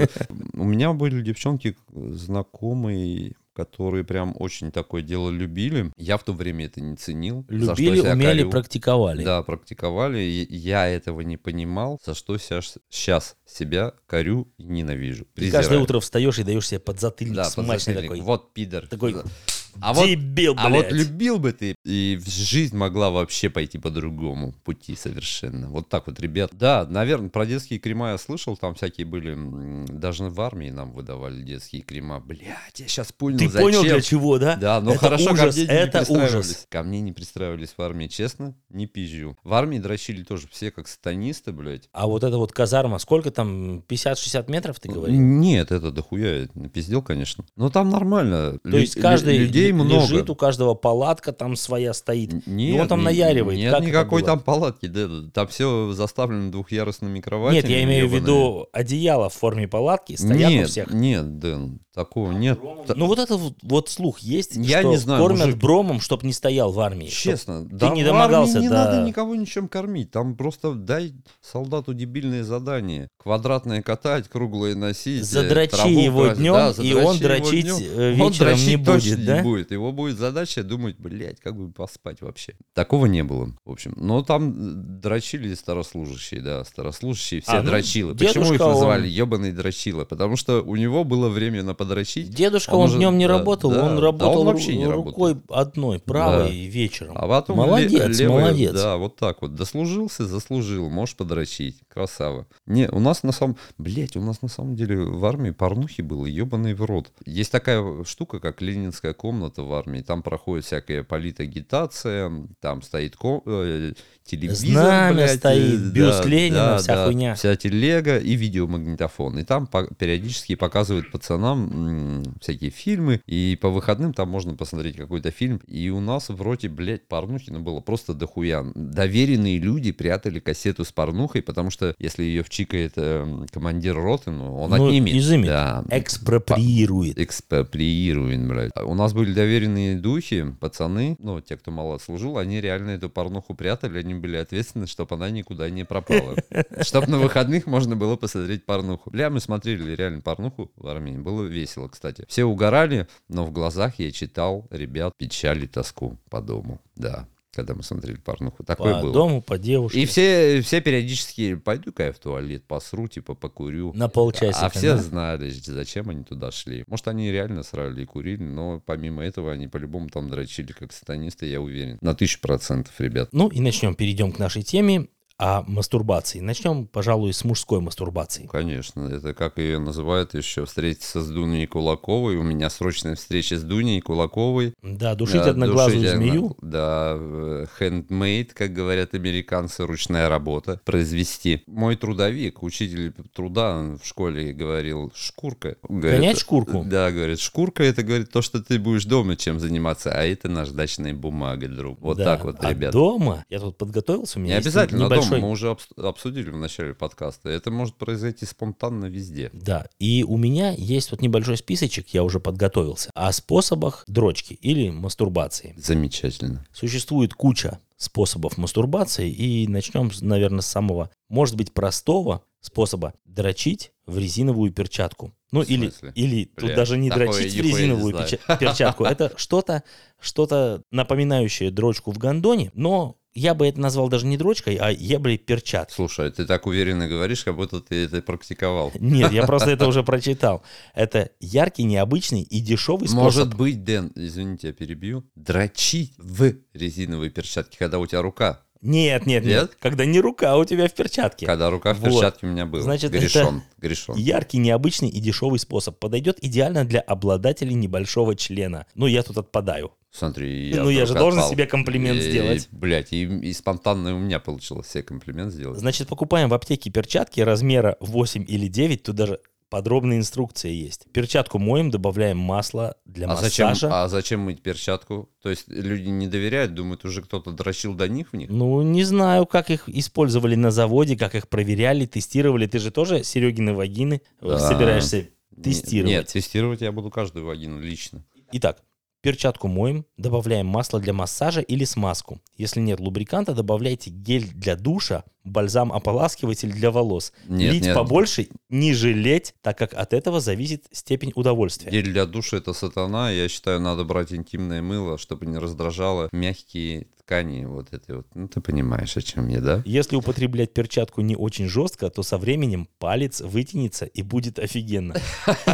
B: у меня были девчонки э, знакомые, которые прям очень такое дело любили. Я в то время это не ценил. за что
C: Любили,
B: себя
C: умели,
B: корю.
C: практиковали.
B: Да, практиковали. и Я этого не понимал, за что сейчас себя корю и ненавижу.
C: Ты каждое
B: презираю.
C: утро встаешь и даешь себе подзатыльник
B: да,
C: смачный
B: подзатыльник.
C: такой.
B: Вот пидор.
C: Такой,
B: Да. а вот,
C: Дебил,
B: а вот
C: блядь.
B: любил бы ты, и жизнь могла вообще пойти по другому пути совершенно. Вот так вот, ребят. Да, наверное, про детские крема я слышал, там всякие были, м, даже в армии нам выдавали детские крема. Блядь, я сейчас понял,
C: Ты
B: зачем.
C: понял, для чего, да?
B: Да, но
C: Это
B: хорошо,
C: ужас,
B: ко мне
C: это
B: не пристраивались.
C: ужас.
B: Ко мне не пристраивались в армии, честно, не пизжу. В армии дрочили тоже все как сатанисты, блядь.
C: А вот эта вот казарма, сколько там, 50-60 метров, ты говоришь?
B: Нет, это дохуя, пиздел, конечно. Но там нормально.
C: То есть каждый ле-
B: людей много.
C: лежит, у каждого палатка там своя стоит.
B: Н-
C: И он там
B: ни-
C: наяривает.
B: Нет
C: Как это
B: никакой
C: было?
B: там палатки. да, да, там все заставлено двухъярусными кроватями.
C: Нет, я имею в
B: ебаными.
C: виду одеяло в форме палатки стоят
B: нет, ну,
C: у всех.
B: Нет, Дэн, такого нет. Та-
C: Ну вот это вот, вот слух есть,
B: Я
C: что
B: не знаю,
C: кормят
B: мужик.
C: бромом, чтоб не стоял в армии. чтоб-
B: Честно, ты
C: не домогался
B: не
C: до-
B: надо никого ничем кормить. Там просто дай солдату дебильные задания. Квадратное катать, круглое носить. э,
C: Задрочи
B: траву
C: его
B: красить.
C: днем,
B: Да,
C: и
B: задрочи
C: он
B: его
C: дрочить,
B: днем.
C: э,
B: Он
C: вечером не
B: дрочить точно
C: будет, да?
B: не будет. Его будет задача думать, блядь, как бы поспать вообще. Такого не было, в общем. Но там э, дрочили старослужащие, да, старослужащие все
C: А, ну,
B: дрочилы. Почему
C: дедушка
B: их
C: он-
B: называли ебаные дрочилы? Потому что у него было время на подрочить.
C: Дедушка,
B: Он
C: он,
B: же-
C: днем не
B: А да,
C: работал,
B: да,
C: он
B: да,
C: работал
B: он
C: ру-
B: вообще не
C: рукой одной, правой
B: Да.
C: и вечером.
B: А потом ле-
C: молодец,
B: левый,
C: молодец.
B: Да, вот так вот. Дослужился, заслужил, можешь подрочить. Красава. Не, у нас на самом... Блять, у нас на самом деле в армии порнухи было, ебаный в рот. Есть такая штука, как ленинская комната в армии. Там проходит всякая политагитация, там стоит ко- э, телевизор,
C: Знамя
B: блядь, э,
C: стоит,
B: да,
C: бюст Ленина,
B: да,
C: вся
B: да.
C: хуйня.
B: Вся телега и видеомагнитофон. И там по- периодически показывают пацанам м, всякие фильмы. И по выходным там можно посмотреть какой-то фильм. И у нас в роте, блядь, порнухи, ну, было просто дохуя. Доверенные люди прятали кассету с порнухой, потому что если ее вчикает эм, командир роты, ну, он
C: Ну,
B: отнимет.
C: изымет.
B: Да.
C: Экспроприирует.
B: Экспроприируем, блядь. А У нас были доверенные духи, пацаны, ну, те, кто мало служил, они реально эту порнуху прятали, они были ответственны, чтобы она никуда не пропала. Чтоб на выходных можно было посмотреть порнуху. Бля, мы смотрели реально порнуху в Армении. Было весело, кстати. Все угорали, но в глазах я читал ребят печаль и тоску по дому. Да, когда мы смотрели порнуху. Такое
C: По
B: было.
C: дому, по девушке.
B: И все, все периодически пойду-ка я в туалет, посру, типа покурю.
C: На полчасика.
B: А все
C: да?
B: знали, зачем они туда шли. Может, они реально срали и курили, но помимо этого они по-любому там дрочили, как сатанисты, я уверен. На тысячу процентов, ребят.
C: Ну и начнем, перейдем к нашей теме о мастурбации. Начнем, пожалуй, с мужской мастурбации.
B: Ну, Конечно, это как ее называют еще, встретиться с Дуней Кулаковой. У меня срочная встреча с Дуней Кулаковой.
C: Да, душить
B: Да,
C: одноглазую
B: душить
C: змею.
B: одно- Да, э, handmade, как говорят американцы, ручная работа, произвести. Мой трудовик, учитель труда он в школе говорил, шкурка. Говорит, э,
C: Гонять шкурку?
B: Да, говорит, шкурка это, говорит, то, что ты будешь дома чем заниматься, а это наждачная бумага, друг. Вот
C: Да.
B: так вот,
C: А
B: ребят.
C: дома, я тут подготовился, у меня
B: Не
C: есть
B: обязательно
C: небольшой...
B: дома, мы уже обс- обсудили в начале подкаста. Это может произойти спонтанно везде.
C: Да, и у меня есть вот небольшой списочек, я уже подготовился, о способах дрочки или мастурбации.
B: Замечательно.
C: Существует куча способов мастурбации, и начнем, наверное, с самого, может быть, простого способа дрочить в резиновую перчатку. Ну,
B: В
C: или,
B: смысле?
C: или тут
B: Бля,
C: даже не
B: такое
C: дрочить в
B: нихуя не
C: резиновую
B: знаю.
C: печа- перчатку. Это что-то, что-то напоминающее дрочку в гондоне, но я бы это назвал даже не дрочкой, а я бы перчатку.
B: Слушай, а ты так уверенно говоришь, как будто ты это практиковал.
C: Нет, я просто это уже прочитал. Это яркий, необычный и дешевый способ.
B: Может быть, Дэн, извините, я перебью, дрочить в резиновой перчатке, когда у тебя рука.
C: Нет, нет, нет.
B: Нет?
C: Когда не рука, а у тебя в перчатке.
B: Когда рука в
C: Вот.
B: перчатке у меня была.
C: Значит, это-
B: грешон, грешон.
C: Яркий, необычный и дешевый способ. Подойдет идеально для обладателей небольшого члена. Ну, я тут отпадаю.
B: Смотри,
C: Ну, я
B: вдруг
C: же должен
B: отпал.
C: себе комплимент
B: И-
C: сделать.
B: Блядь, и, и спонтанно у меня получилось себе комплимент сделать.
C: Значит, покупаем в аптеке перчатки размера 8 или 9. Тут даже подробная инструкция есть. Перчатку моем, добавляем масло для
B: а, зачем,
C: массажа.
B: а зачем мыть перчатку? То есть люди не доверяют, думают, уже кто-то дрочил до них в них?
C: Ну, не знаю, как их использовали на заводе, как их проверяли, тестировали. Ты же тоже Серегины вагины э,
B: Да.
C: собираешься тестировать.
B: Нет, тестировать я буду каждую вагину лично.
C: Итак, перчатку моем, добавляем масло для массажа или смазку. Если нет лубриканта, добавляйте гель для душа, бальзам-ополаскиватель для волос.
B: Нет,
C: Лить
B: нет.
C: побольше, не жалеть, так как от этого зависит степень удовольствия.
B: Гель для душа это сатана. Я считаю, надо брать интимное мыло, чтобы не раздражало мягкие ткани вот этой вот. Ну, ты понимаешь, о чем я, да?
C: Если употреблять перчатку не очень жестко, то со временем палец вытянется и будет офигенно.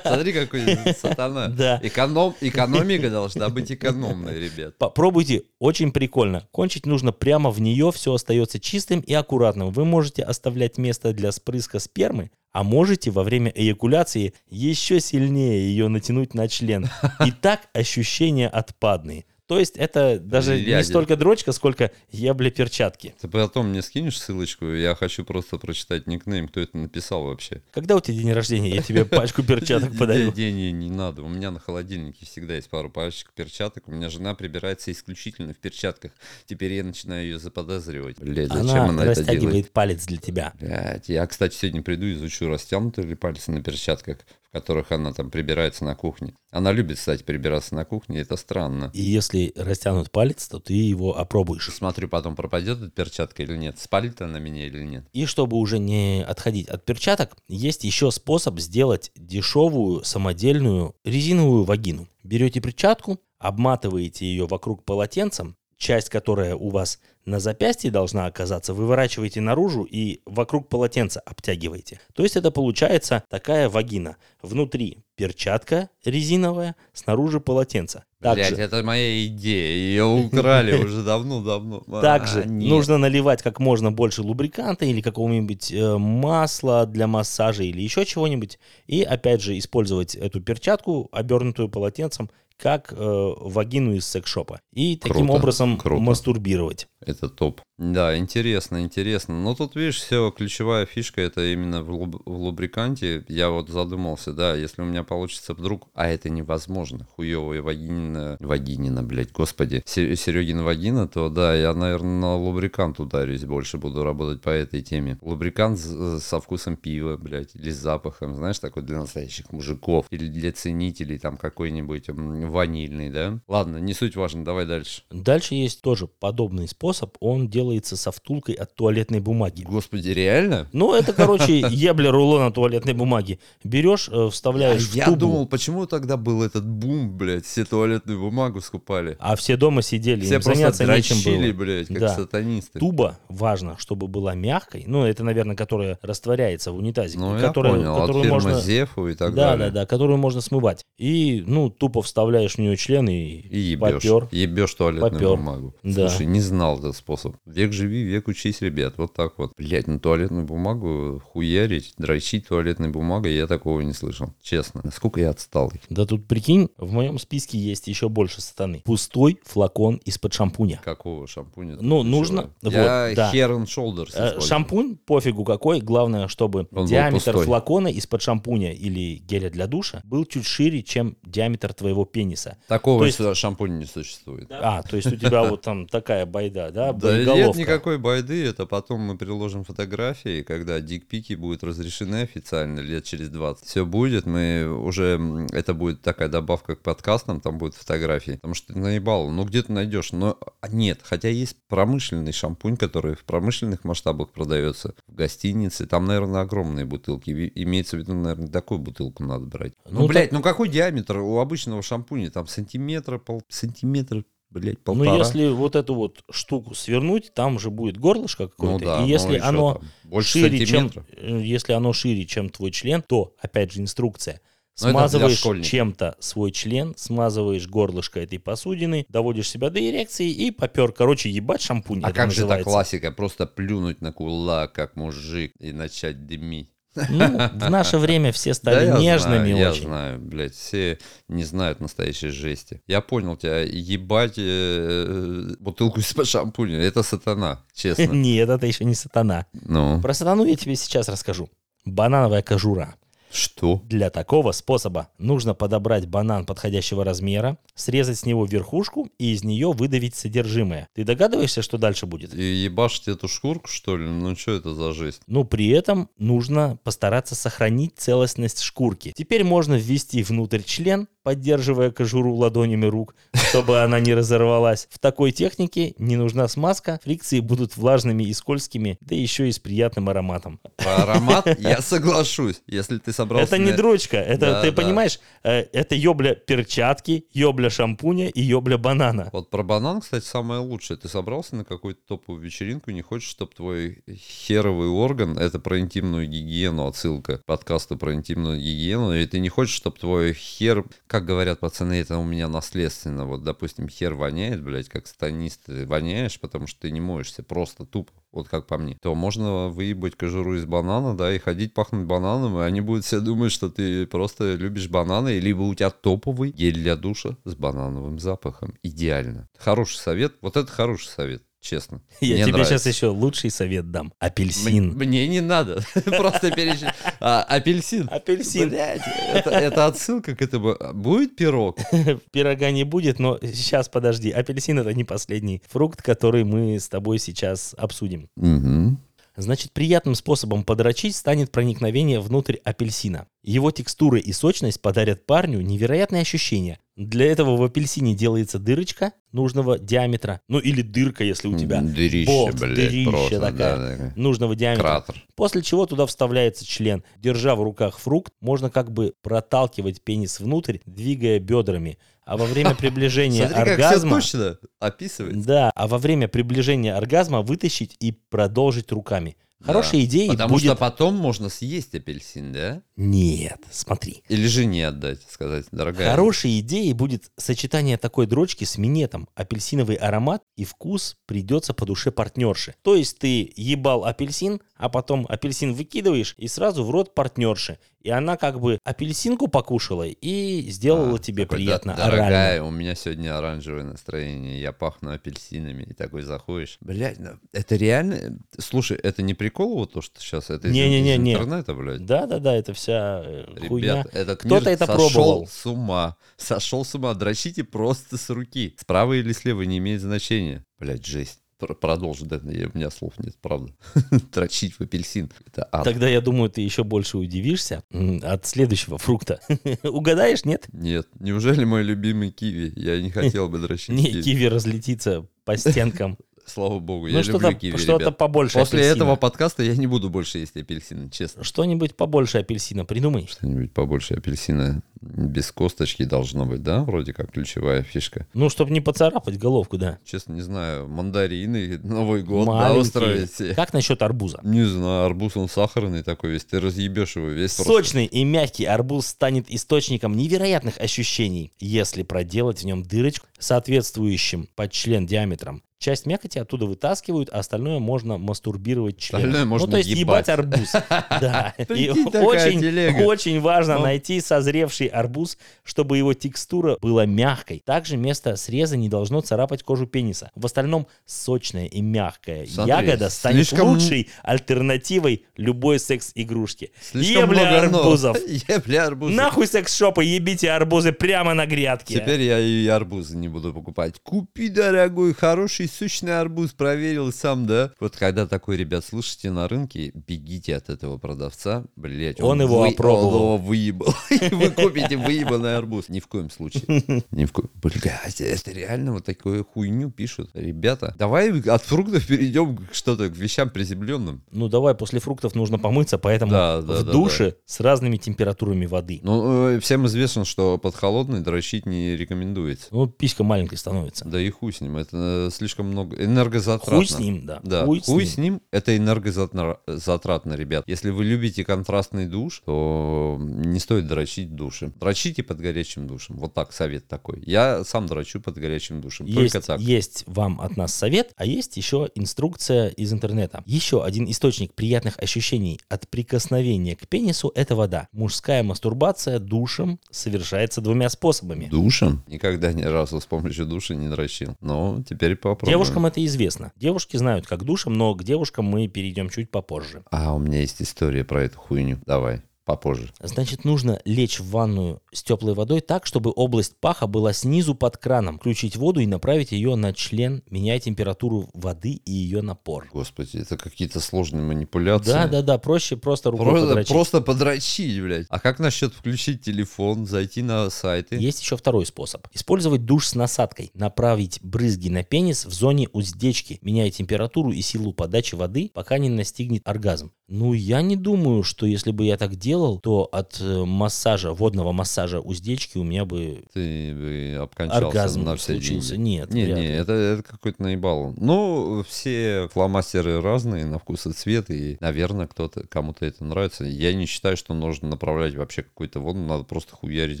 B: Смотри, какой сатана.
C: Да.
B: Эконом, экономика должна быть экономной, ребят.
C: Попробуйте, очень прикольно. Кончить нужно прямо в нее, все остается чистым и аккуратным. Вы можете оставлять место для спрыска спермы, а можете во время эякуляции еще сильнее ее натянуть на член. И так ощущения отпадные. То есть это даже не
B: Ядер.
C: столько дрочка, сколько я, бля, перчатки.
B: Ты потом мне скинешь ссылочку, я хочу просто прочитать никнейм, кто это написал вообще.
C: Когда у тебя день рождения, я тебе пачку перчаток подарю.
B: Не, не, не, не надо. У меня на холодильнике всегда есть пару пачек перчаток. У меня жена прибирается исключительно в перчатках. Теперь я начинаю ее заподозривать. Блядь, зачем она,
C: Она
B: это делает?
C: растягивает палец для тебя.
B: Блядь, я, кстати, сегодня приду, изучу, растянуты ли пальцы на перчатках, в которых она там прибирается на кухне. Она любит, кстати, прибираться на кухне, это странно.
C: И если растянут палец, то ты его опробуешь.
B: Смотрю потом, пропадет эта перчатка или нет, спалит она меня или нет.
C: И чтобы уже не отходить от перчаток, есть еще способ сделать дешевую самодельную резиновую вагину. Берете перчатку, обматываете ее вокруг полотенцем, часть, которая у вас на запястье должна оказаться, выворачиваете наружу и вокруг полотенца обтягиваете. То есть это получается такая вагина. Внутри перчатка резиновая, снаружи полотенце.
B: Блядь, это моя идея, ее украли уже давно-давно. А,
C: Также
B: нет.
C: нужно наливать как можно больше лубриканта или какого-нибудь э, масла для массажа или еще чего-нибудь. И опять же использовать эту перчатку, обернутую полотенцем, как э, вагину из секс-шопа. И таким
B: Круто,
C: образом
B: круто.
C: мастурбировать.
B: Это топ. Да, интересно, интересно. Но тут, видишь, все, ключевая фишка это именно в, луб- в лубриканте. Я вот задумался, да, если у меня получится вдруг, а это невозможно, хуевая вагинина, вагинина, блядь, господи, Се- Серегина вагина, то да, я, наверное, на лубрикант ударюсь больше, буду работать по этой теме. Лубрикант з- э, со вкусом пива, блядь, или с запахом, знаешь, такой для настоящих мужиков, или для ценителей, там, какой-нибудь м, ванильный, да? Ладно, не суть важно, давай дальше.
C: Дальше есть тоже подобный способ. Он делается со втулкой от туалетной бумаги.
B: Господи, реально?
C: Ну, это, короче, ебля рулона туалетной бумаги. Берешь, э, вставляешь в
B: А я
C: тубу,
B: думал, почему тогда был этот бум, блядь, все туалетную бумагу скупали.
C: а все дома сидели,
B: все
C: им
B: просто
C: заняться нечем было.
B: дрочили, блядь, как
C: Да.
B: сатанисты.
C: Туба важно, чтобы была мягкой. Ну, это, наверное, которая растворяется в унитазе.
B: Ну, я
C: которая,
B: понял, от
C: которую
B: фирмы
C: можно...
B: Зефу и так
C: да,
B: далее.
C: да, да, которую можно смывать. И, ну, тупо вставляешь в нее член и,
B: И ебешь,
C: попёр.
B: ебешь туалетную
C: Попёр.
B: бумагу.
C: Да.
B: Слушай, не знал этот способ. Век живи, век учись, ребят. Вот так вот. Блять, ну туалетную бумагу хуярить, дрочить туалетной бумагой, я такого не слышал. Честно. Насколько я отсталый.
C: Да тут прикинь, в моем списке есть еще больше сатаны. Пустой флакон из-под шампуня.
B: Какого шампуня? ты
C: Ну, нужно-
B: ключевая? Я
C: вот, да.
B: Hair and Shoulders
C: Э,
B: использую.
C: Шампунь, пофигу какой, главное, чтобы
B: был
C: диаметр
B: пустой.
C: флакона из-под шампуня или геля для душа был чуть шире, чем диаметр твоего пениса.
B: Такого
C: То есть-
B: сюда шампуня не существует.
C: А, то есть у тебя вот там такая байда, да?
B: Да нет
C: боеголовка.
B: никакой байды, это потом мы приложим фотографии, когда дикпики будут разрешены официально лет через 20. Все будет, мы уже, м, это будет такая добавка к подкастам, там будут фотографии, потому что ты наебал, ну где ты найдешь, но а, нет, хотя есть промышленный шампунь, который в промышленных масштабах продается, в гостинице, там, наверное, огромные бутылки, Ви- имеется в виду, наверное, такую бутылку надо брать. Ну,
C: Ну,
B: блядь, ну какой диаметр у обычного шампуня, там сантиметра, пол, сантиметра, блядь,
C: Ну,
B: полтора.
C: если вот эту вот штуку свернуть, там же будет горлышко
B: Ну
C: какое-то.
B: да,
C: и
B: ну
C: если
B: и чё
C: оно
B: там, больше
C: шире, чем,
B: сантиметра.
C: э, если оно шире, чем твой член, то, опять же, инструкция.
B: Ну, это для
C: Смазываешь
B: школьников.
C: чем-то свой член, смазываешь горлышко этой посудины, доводишь себя до эрекции и попер. Короче, ебать шампунь.
B: А
C: это
B: как же это
C: называется.
B: классика? Просто плюнуть на кулак, как мужик, и начать дымить.
C: Ну, в наше время все
B: Да,
C: стали
B: я
C: нежными
B: знаю, я
C: очень.
B: знаю, блядь, все не знают настоящей жести. Я понял тебя, ебать э, бутылку из-под шампуня, это сатана, честно.
C: Нет, это еще не сатана.
B: Ну,
C: Про сатану я тебе сейчас расскажу. Банановая кожура.
B: что?
C: Для такого способа нужно подобрать банан подходящего размера, срезать с него верхушку и из нее выдавить содержимое. Ты догадываешься, что дальше будет?
B: И ебашить эту шкурку, что ли? Ну, что это за жесть?
C: Но Ну, при этом нужно постараться сохранить целостность шкурки. Теперь можно ввести внутрь член, поддерживая кожуру ладонями рук, чтобы она не разорвалась. В такой технике не нужна смазка, фрикции будут влажными и скользкими, да еще и с приятным ароматом.
B: Про аромат я соглашусь. Если ты собрался...
C: это не
B: на-
C: дрочка, это
B: Да,
C: ты
B: да.
C: понимаешь, э, это ёбля перчатки, ёбля шампуня и ёбля банана.
B: Вот про банан, кстати, самое лучшее. Ты собрался на какую-то топовую вечеринку, не хочешь, чтобы твой херовый орган, это про интимную гигиену, отсылка к подкасту про интимную гигиену, и ты не хочешь, чтобы твой хер, как говорят пацаны, это у меня наследственно, вот, допустим, хер воняет, блядь, как станист, ты воняешь, потому что ты не моешься, просто тупо вот как по мне, то можно выебать кожуру из банана, да, и ходить пахнуть бананом, и они будут все думать, что ты просто любишь бананы, и либо у тебя топовый гель для душа с банановым запахом. Идеально. Хороший совет. Вот это хороший совет, честно.
C: Я
B: Мне
C: тебе сейчас
B: нравится.
C: еще лучший совет дам.
B: М-
C: Апельсин.
B: Мне не надо. Просто перечислить. А, Апельсин.
C: Апельсин.
B: Блядь, это, это отсылка к этому. Будет пирог?
C: Пирога не будет, но сейчас подожди. Апельсин это не последний фрукт, который мы с тобой сейчас обсудим.
B: Мгм.
C: Значит, приятным способом подрочить станет проникновение внутрь апельсина. Его текстура и сочность подарят парню невероятные ощущения. Для этого в апельсине делается дырочка нужного диаметра, ну или дырка, если у тебя
B: М, Дырище,
C: болт,
B: блядь,
C: дырище
B: просто,
C: такая.
B: да, да.
C: нужного диаметра.
B: Кратер.
C: После чего туда вставляется член. Держа в руках фрукт, можно как бы проталкивать пенис внутрь, двигая бедрами. А во время приближения
B: Смотри, как все
C: оргазма...
B: точно описывает.
C: Да, а во время приближения оргазма вытащить и продолжить руками. Хорошая идея и
B: Потому
C: будет...
B: что потом можно съесть апельсин, да?
C: Нет, смотри.
B: Или жене отдать, сказать, дорогая. а,
C: Хорошей идеей будет сочетание такой дрочки с минетом. Апельсиновый аромат и вкус придется по душе партнерши. То есть ты ебал апельсин, а потом апельсин выкидываешь и сразу в рот партнерши. И она как бы апельсинку покушала и сделала
B: А,
C: тебе
B: такой,
C: приятно
B: «Да,
C: орально.
B: Дорогая, у меня сегодня оранжевое настроение, я пахну апельсинами, и такой заходишь. Блять, это реально... Слушай, это не прикол вот то, что сейчас это из,
C: Не-не-не,
B: из
C: не.
B: интернета, блядь?
C: Да-да-да, это вся э, хуйня.
B: Ребят, этот
C: Кто-то
B: мир
C: это
B: сошел
C: пробовал.
B: с ума. Сошел с ума. Дрочите просто с руки. Справа или слева не имеет значения. Блять, жесть. Пр- Продолжи, да, я- у меня слов нет, правда. Дрочить в апельсин. Это ад.
C: Тогда, я думаю, ты еще больше удивишься м, от следующего фрукта. Угадаешь, нет?
B: Нет, неужели мой любимый киви? Я не хотел бы дрочить
C: Не,
B: киви.
C: киви разлетится по стенкам.
B: Слава богу, я
C: Ну,
B: люблю
C: что-то
B: киви,
C: что
B: ребят.
C: побольше
B: После
C: апельсина.
B: этого подкаста я не буду больше есть апельсины, честно.
C: Что-нибудь побольше апельсина придумай.
B: Что-нибудь побольше апельсина без косточки должно быть, да? Вроде как ключевая фишка.
C: Ну, чтобы не поцарапать головку, да.
B: Честно, не знаю, мандарины, Новый год, да,
C: Маленькие.
B: устроить. себе.
C: Как насчет арбуза?
B: Не знаю, арбуз он сахарный такой весь, ты разъебешь его весь просто.
C: Сочный и мягкий арбуз станет источником невероятных ощущений, если проделать в нем дырочку, соответствующим под член диаметром. Часть мякоти оттуда вытаскивают, а остальное можно мастурбировать членом.
B: Остальное
C: ну,
B: можно
C: то есть ебать
B: ебать.
C: арбуз. Да. И
B: Прикинь, такая
C: очень,
B: телега.
C: очень важно
B: Ну.
C: найти созревший арбуз, чтобы его текстура была мягкой. Также место среза не должно царапать кожу пениса. В остальном сочная и мягкая
B: Смотри,
C: ягода станет
B: слишком-
C: лучшей альтернативой любой секс-игрушки.
B: Слишком
C: Ебля
B: много но.
C: арбузов.
B: Ебля арбузов.
C: Нахуй секс-шопы, ебите арбузы прямо на грядке.
B: Теперь я и арбузы не буду покупать. Купи, дорогой, хороший сущный арбуз, проверил сам, да? Вот когда такой, ребят, слышите на рынке, бегите от этого продавца, блять.
C: Он его опробовал.
B: Он его выебал. И вы купите выебанный арбуз. Ни в коем случае. Ни в коем... Блядь, это реально вот такую хуйню пишут. Ребята, давай от фруктов перейдем к что-то, к вещам приземленным.
C: Ну давай, после фруктов нужно помыться, поэтому
B: Да, да,
C: в
B: да,
C: душе с разными температурами воды.
B: Ну, э, всем известно, что под холодный дрочить не рекомендуется.
C: Ну, писька маленькой становится.
B: Да и хуй с ним, это э, слишком много энергозатратно.
C: Хуй с ним, да.
B: Да, хуй, с ним. Это энергозатратно, затратно, ребят. Если вы любите контрастный душ, то не стоит дрочить в душе. Дрочите под горячим душем. Вот так совет такой. Я сам дрочу под горячим душем. Только
C: Есть,
B: так.
C: есть вам от нас совет, а есть еще инструкция из интернета. Еще один источник приятных ощущений от прикосновения к пенису – это вода. Мужская мастурбация душем совершается двумя способами.
B: Душем? Никогда ни разу с помощью души не дрочил. Но теперь попробуем.
C: Девушкам это известно. Девушки знают, как душем, но к девушкам мы перейдем чуть попозже.
B: А, у меня есть история про эту хуйню. Давай.
E: попозже.
C: Значит, нужно лечь в ванную с теплой водой так, чтобы область паха была снизу под краном. Включить воду и направить ее на член, меняя температуру воды и ее напор.
B: Господи, это какие-то сложные манипуляции.
C: Да, да, да, проще просто рукой
B: Просто,
C: подрочить.
B: просто подрочить, блядь. А как насчет включить телефон, зайти на сайты?
C: Есть еще второй способ. Использовать душ с насадкой. Направить брызги на пенис в зоне уздечки, меняя температуру и силу подачи воды, пока не настигнет оргазм. Ну, я не думаю, что если бы я так делал, то от э, массажа, водного массажа уздечки у меня бы
B: Ты бы обкончался
C: оргазм
B: на все
C: случился.
B: деньги.
C: Нет,
B: Не,
C: вряд
B: не,
C: ли.
B: это, это какой-то наебал. Ну, все фломастеры разные на вкус и цвет, и, наверное, кто-то, кому-то это нравится. Я не считаю, что нужно направлять вообще какую-то воду, надо просто хуярить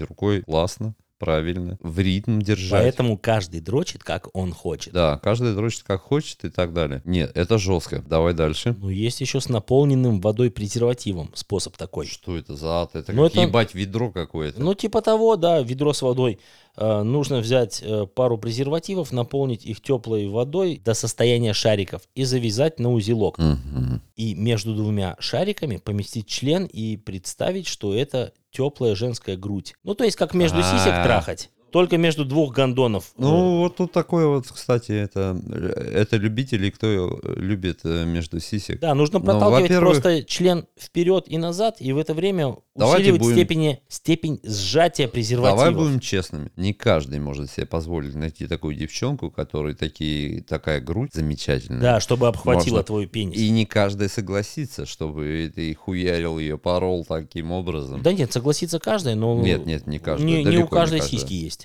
B: рукой. Классно, правильно, в ритм держать.
C: Поэтому каждый дрочит, как он хочет.
B: Да, каждый дрочит как хочет и так далее. Нет, это жестко. Давай дальше.
C: Ну, есть еще с наполненным водой презервативом способ такой.
B: Что это за ад? Это
C: Ну,
B: как
C: это-
B: ебать ведро какое-то.
C: Ну, типа того, да, ведро с водой. Э, нужно взять э, пару презервативов, наполнить их теплой водой до состояния шариков и завязать на узелок.
B: Мгм.
C: И между двумя шариками поместить член и представить, что это теплая женская грудь. Ну, то есть, как между сисек
B: А.
C: трахать. Только между двух гондонов.
B: Ну, вот тут такое вот, кстати, это, э, это любители, кто любит э, между сисек.
C: Да, нужно
B: Ну,
C: проталкивать
B: во-первых-
C: просто член вперед и назад, и в это время
B: Давайте
C: усиливать
B: будем-
C: степени, степень сжатия презерватива.
B: Давай будем честными. Не каждый может себе позволить найти такую девчонку, которой такие, такая грудь замечательная.
C: Да, чтобы обхватило
B: Можно.
C: твой пенис.
B: И не каждый согласится, чтобы ты хуярил ее, порол таким образом.
C: Да нет, согласится каждый, но...
B: Нет, нет, не каждый.
C: Не, не
B: Далеко
C: у каждой
B: каждый.
C: сиськи есть.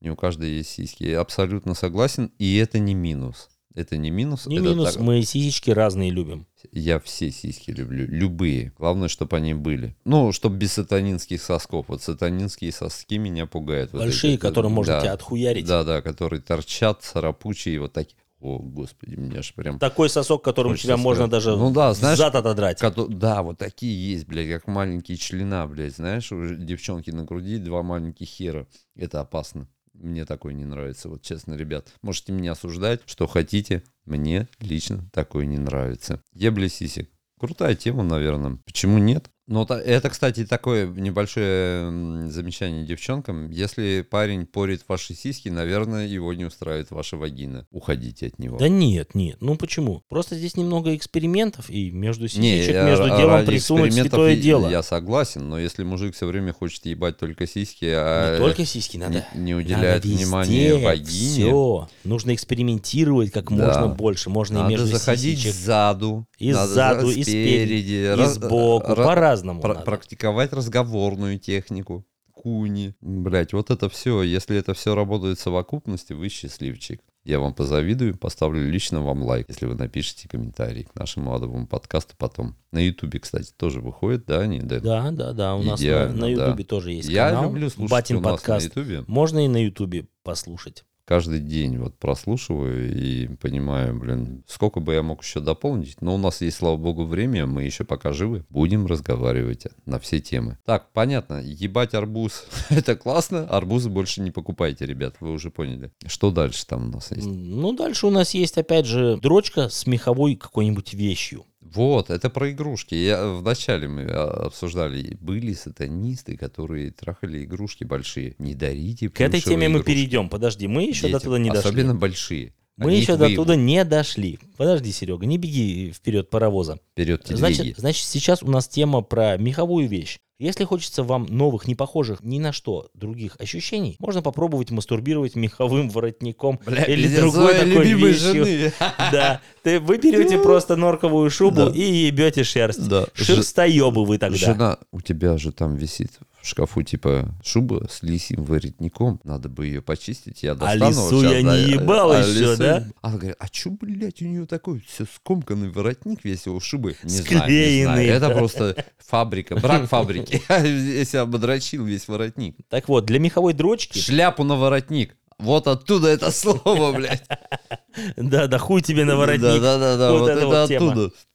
B: Не у каждой есть сиськи. Я абсолютно согласен. И это не минус. Это не минус.
C: Не
B: это
C: минус,
B: так-
C: мы сисечки разные любим.
B: Я все сиськи люблю. Любые. Главное, чтобы они были. Ну, чтобы без сатанинских сосков. Вот сатанинские соски меня пугают. Вот
C: Большие,
B: эти-
C: которые можно
B: да.
C: тебя отхуярить.
B: Да, да, которые торчат, царапучие, вот такие. О, господи, меня аж прям...
C: Такой сосок, которым
B: Хочется
C: тебя можно
B: сказать.
C: даже
B: Ну да, знаешь,
C: зад отодрать.
B: Кото- Да, вот такие есть, блядь, как маленькие члена, блядь, знаешь, уже девчонки на груди, два маленьких хера. Это опасно. Мне такое не нравится, вот честно, ребят. Можете меня осуждать, что хотите. Мне лично такое не нравится. Ебли сиси. Крутая тема, наверное. Почему нет? Но та- это, кстати, такое небольшое м, замечание девчонкам. Если парень порит ваши сиськи, наверное, его не устраивает ваша вагина. Уходите от него.
C: Да нет, нет. Ну почему? Просто здесь немного экспериментов, и между
B: Не,
C: сисечек,
B: я
C: между
B: ра-
C: делом
B: ради
C: присунуть
B: экспериментов
C: святое
B: и-
C: дело.
B: Я согласен, но если мужик все время хочет ебать только сиськи, а
C: Не
B: э,
C: только сиськи
B: не-
C: надо.
B: не, уделяет внимания вагине,
C: Все. Нужно экспериментировать как
B: Да.
C: можно больше. Можно и
B: надо
C: между
B: заходить
C: сисечек,
B: сзаду,
C: и
B: надо
C: сзаду,
B: за-
C: и
B: спереди,
C: спереди, и
B: раз- э,
C: сбоку.
B: ра-
C: По-разному
B: пра-
C: надо.
B: практиковать разговорную технику, куни. Блять, вот это все, если это все работает в совокупности, вы счастливчик. Я вам позавидую, поставлю лично вам лайк, если вы напишите комментарий к нашему адовому подкасту потом. На ютубе, кстати, тоже выходит, да, они? Да,
C: Да, да, да. У нас на-
B: Идеально,
C: на
B: да.
C: Ютубе тоже есть
B: Я
C: канал.
B: люблю слушать
C: Батин
B: у нас
C: подкаст.
B: на Ютубе.
C: Можно и на Ютубе послушать.
B: Каждый день вот прослушиваю и понимаю, блин, сколько бы я мог еще дополнить. Но у нас есть, слава богу, время, мы еще пока живы. Будем разговаривать на все темы. Так, понятно, ебать арбуз, это классно. Арбузы больше не покупайте, ребят, вы уже поняли. Что дальше там у нас есть?
C: М, Ну, дальше у нас есть, опять же, дрочка с меховой какой-нибудь вещью.
B: Вот, это про игрушки. Я, э, вначале мы а, обсуждали, были сатанисты, которые трахали игрушки большие. Не дарите
C: К этой
B: плюшевые
C: теме мы
B: игрушки
C: перейдем. Подожди, мы еще до
B: детям,
C: туда не дошли.
B: Особенно большие.
C: Мы
B: Они
C: еще
B: их
C: до
B: выебут.
C: туда не дошли. Подожди, Серега, не беги вперед паровоза.
B: Вперед телеги.
C: Значит, значит, сейчас у нас тема про меховую вещь. Если хочется вам новых, не похожих ни на что других ощущений, можно попробовать мастурбировать меховым воротником
B: Бля,
C: или
B: пиздец,
C: другой
B: своей
C: такой
B: любимой
C: вещью.
B: жены.
C: Да, ты, вы берете просто норковую шубу
B: Да.
C: и ебете шерсть.
B: Да.
C: Шерстоебы вы тогда.
B: Жена, у тебя же там висит в шкафу, типа, шуба с лисьим воротником. Надо бы ее почистить. Я достану.
C: А лису
B: вот щас,
C: я не
B: да, а
C: ебал еще,
B: лису-
C: да?
B: Она говорит, а че, блядь, у нее такой все скомканный воротник весь у шубы? Не знаю, не
C: Склеенный,
B: знаю. Это
C: да.
B: просто фабрика, брак фабрики. Я себя ободрочил весь воротник.
C: Так вот, для меховой дрочки...
B: Шляпу на воротник. Вот оттуда это слово, блядь.
C: Да, да хуй тебе на воротник. Да,
B: Да-да-да,
C: Вот
B: вот
C: это вот
B: это
C: тема.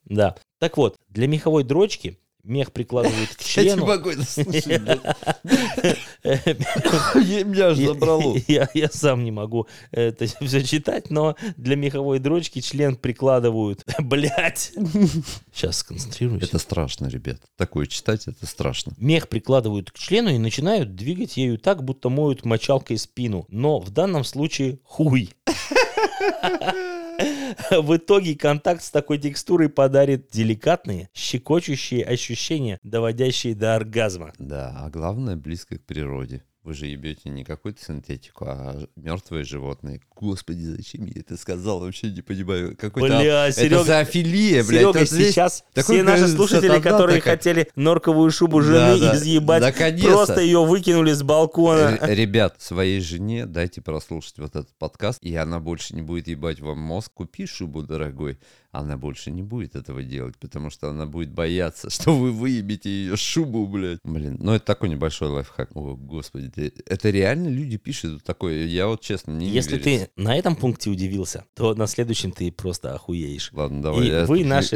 B: оттуда.
C: Так вот, для меховой дрочки мех прикладывают к
B: Я не
C: члену.
B: могу это слушать. блядь. Меня аж забрало.
C: Я, я сам не могу это все читать, но для меховой дрочки член прикладывают. Блять. Сейчас сконцентрируюсь.
B: Это страшно, ребят. Такое читать, это страшно.
C: Мех прикладывают к члену и начинают двигать ею так, будто моют мочалкой спину. Но в данном случае хуй. В итоге контакт с такой текстурой подарит деликатные, щекочущие ощущения, доводящие до оргазма.
B: Да, а главное, близко к природе. Вы же ебете не какую-то синтетику, а мертвые животные. Господи, зачем я это сказал? Вообще не понимаю. Какой-то...
C: Бля,
B: это
C: Серега-
B: зоофилия, блядь.
C: Серега,
B: Тут здесь
C: сейчас
B: такой,
C: все наши
B: конечно,
C: слушатели,
B: сатана
C: которые
B: такая.
C: хотели норковую шубу
B: Да,
C: жены
B: да.
C: изъебать,
B: Наконец-то. Э,
C: просто ее выкинули с балкона.
B: Р- Ребят, своей жене дайте прослушать вот этот подкаст, и она больше не будет ебать вам мозг. Купи шубу, дорогой. Она больше не будет этого делать, потому что она будет бояться, что вы выебите ее шубу, блядь. Блин, ну это такой небольшой лайфхак. О, господи, ты- это реально люди пишут вот такое. Я вот честно не
C: Если
B: верю.
C: ты на этом пункте удивился, то на следующем ты просто охуеешь.
B: Ладно, давай.
C: И
B: я
C: вы
B: тут
C: наши-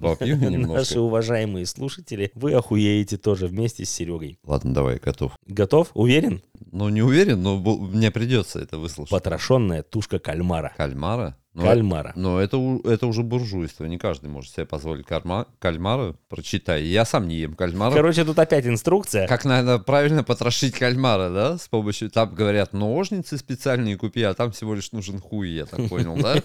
B: попью
C: Наши
B: немножко.
C: уважаемые слушатели, вы охуеете тоже вместе с Серегой.
B: Ладно, давай, готов.
C: Готов? Уверен?
B: Ну, не уверен, но бу- мне придется это выслушать.
C: Потрошенная тушка кальмара.
B: Кальмара? Ну,
C: Кальмара.
B: Но это, у- это уже буржуйство. Не каждый может себе позволить карма, кальмара. Прочитай. Я сам не ем кальмара.
C: Короче, тут опять инструкция.
B: Как надо правильно потрошить кальмара, да? С помощью... Там говорят, ножницы специальные купи, а там всего лишь нужен хуй, я так понял, да?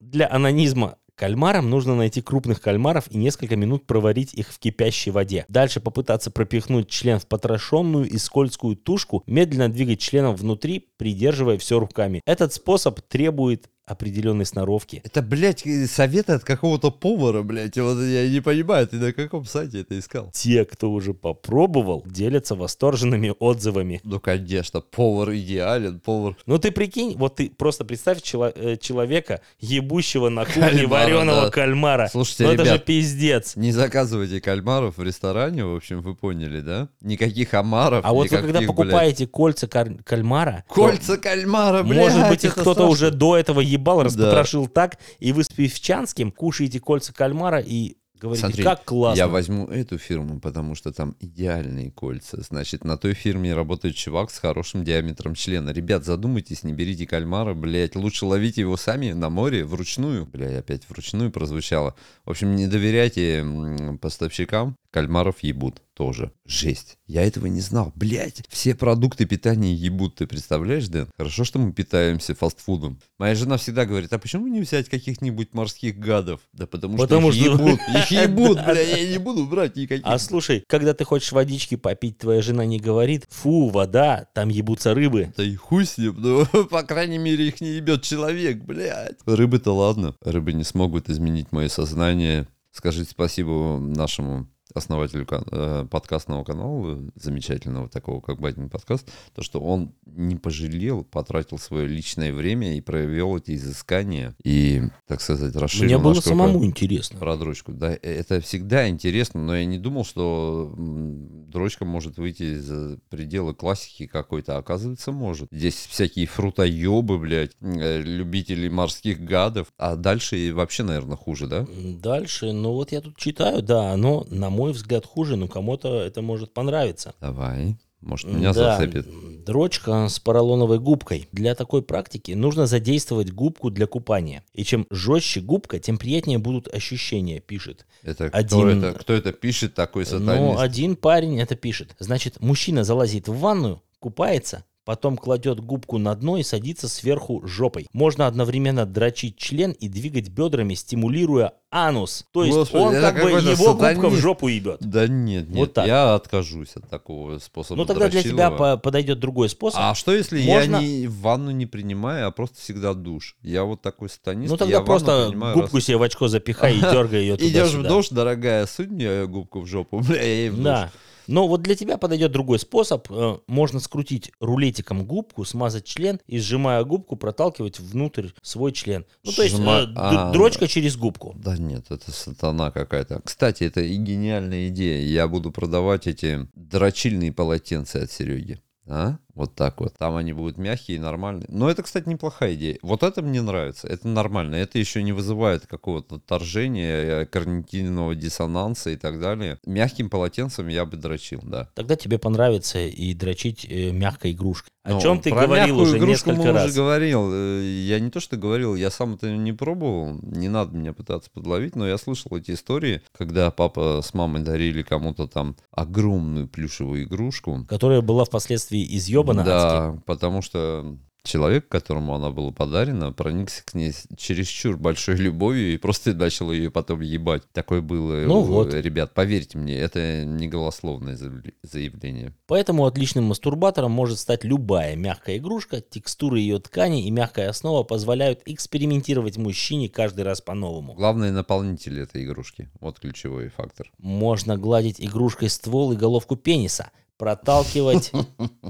C: Для анонизма кальмарам нужно найти крупных кальмаров и несколько минут проварить их в кипящей воде. Дальше попытаться пропихнуть член в потрошенную и скользкую тушку, медленно двигать членом внутри, придерживая все руками. Этот способ требует определенной сноровки.
B: Это, блядь, э, советы от какого-то повара, блядь. И Вот я не понимаю, ты на каком сайте это искал?
C: Те, кто уже попробовал, делятся восторженными отзывами.
B: Ну, конечно, повар идеален, повар...
C: Ну ты прикинь, вот ты просто представь чело- э, человека, ебущего на кухне
B: Кальмара,
C: вареного
B: да.
C: кальмара.
B: Слушайте,
C: ну это же
B: ребят,
C: пиздец.
B: Не заказывайте кальмаров в ресторане, в общем, вы поняли, да? Никаких омаров,
C: А вот вы когда
B: никаких, блядь,
C: покупаете кольца кар- кальмара, то,
B: Кольца кальмара, блядь.
C: может быть, их
B: это
C: кто-то
B: страшно.
C: уже до этого ебал, распотрошил так, и вы с Певчанским кушаете кольца кальмара и говорите,
B: Смотри,
C: как классно.
B: Я возьму эту фирму, потому что там идеальные кольца. Значит, на той фирме работает чувак с хорошим диаметром члена. Ребят, задумайтесь, не берите кальмара, блядь. Лучше ловите его сами на море вручную. Блядь, опять вручную прозвучало. В общем, не доверяйте м, поставщикам. Кальмаров ебут тоже. Жесть. Я этого не знал. Блядь, все продукты питания ебут. Ты представляешь, Дэн? Хорошо, что мы питаемся фастфудом. Моя жена всегда говорит, а почему не взять каких-нибудь морских гадов? Да потому,
C: Потому
B: что их
C: что-
B: ебут. Их ебут, бля, я не буду брать никаких.
C: А слушай, когда ты хочешь водички попить, твоя жена не говорит, фу, вода, там ебутся рыбы.
B: Да и хуй с ним, ну, по крайней мере, их не ебет человек, блядь. Рыбы-то ладно, рыбы не смогут изменить мое сознание. Скажите спасибо нашему основателю кан- э, подкастного канала, замечательного такого, как Батин подкаст, то, что он не пожалел, потратил свое личное время и провел эти изыскания и, так сказать, расширил
C: Мне было
B: наш кругозор.
C: самому интересно.
B: Про дрочку, да. э, Это всегда интересно, но я не думал, что м, дрочка может выйти за пределы классики какой-то. А Оказывается, может. Здесь всякие фрутоебы, блядь, э, любители морских гадов. А дальше и вообще, наверное, хуже, да?
C: Дальше, ну вот я тут читаю, да, оно, на мой взгляд, хуже, но кому-то это может понравиться.
B: Давай. Может, меня
C: Да,
B: зацепит.
C: Дрочка с поролоновой губкой. Для такой практики нужно задействовать губку для купания. И чем жестче губка, тем приятнее будут ощущения, пишет.
B: Это кто,
C: Один-
B: это кто это пишет, такой
C: Ну,
B: сатанист?
C: один парень это пишет. Значит, мужчина залазит в ванную, купается, потом кладет губку на дно и садится сверху жопой. Можно одновременно дрочить член и двигать бедрами, стимулируя анус. То есть
B: Господи,
C: он
B: это
C: как бы
B: какой-то
C: его губка в
B: сатанист.
C: жопу ебет.
B: Да нет, нет,
C: Вот так.
B: я откажусь от такого способа
C: Ну тогда для тебя
B: дрочилова.
C: по- подойдет другой способ.
B: А что если
C: Можно-
B: я не в ванну не принимаю, а просто всегда душ? Я вот такой сатанист.
C: ну
B: я
C: тогда
B: ванну
C: просто
B: принимаю
C: губку
B: раз-
C: себе в очко запихай и дергай ее туда
B: Идешь в душ, дорогая, сунь мне губку в жопу, бля, я ей в душ.
C: Да. Но вот для тебя подойдет другой способ. Э, Можно скрутить рулетиком губку, смазать член и, сжимая губку, проталкивать внутрь свой член. Ну, то есть э,
B: Сжима-
C: д-
B: А.
C: дрочка через губку.
B: Да нет, это сатана какая-то. Кстати, это и гениальная идея. Я буду продавать эти дрочильные полотенца от Сереги. А? Вот так вот. Там они будут мягкие и нормальные. Но это, кстати, неплохая идея. Вот это мне нравится. Это нормально. Это еще не вызывает какого-то отторжения, э, когнитивного диссонанса и так далее. Мягким полотенцем я бы дрочил, да.
C: Тогда тебе понравится и дрочить э, мягкой игрушкой. О
B: Ну,
C: чем ты
B: про
C: говорил
B: мягкую
C: уже
B: игрушку
C: несколько
B: мы
C: раз.
B: уже говорил. Э, Я не то что говорил, я сам это не пробовал. Не надо меня пытаться подловить, но я слышал эти истории, когда папа с мамой дарили кому-то там огромную плюшевую игрушку.
C: Которая была впоследствии изъебана адски.
B: Да, потому что человек, которому она была подарена, проникся к ней с- чересчур большой любовью и просто начал ее потом ебать. Такое было.
C: Ну
B: у-
C: вот.
B: Ребят, поверьте мне, это не голословное заявле- заявление.
C: Поэтому отличным мастурбатором может стать любая мягкая игрушка, текстуры ее ткани и мягкая основа позволяют экспериментировать мужчине каждый раз по-новому.
B: Главное наполнитель этой игрушки. Вот ключевой фактор.
C: Можно гладить игрушкой ствол и головку пениса, проталкивать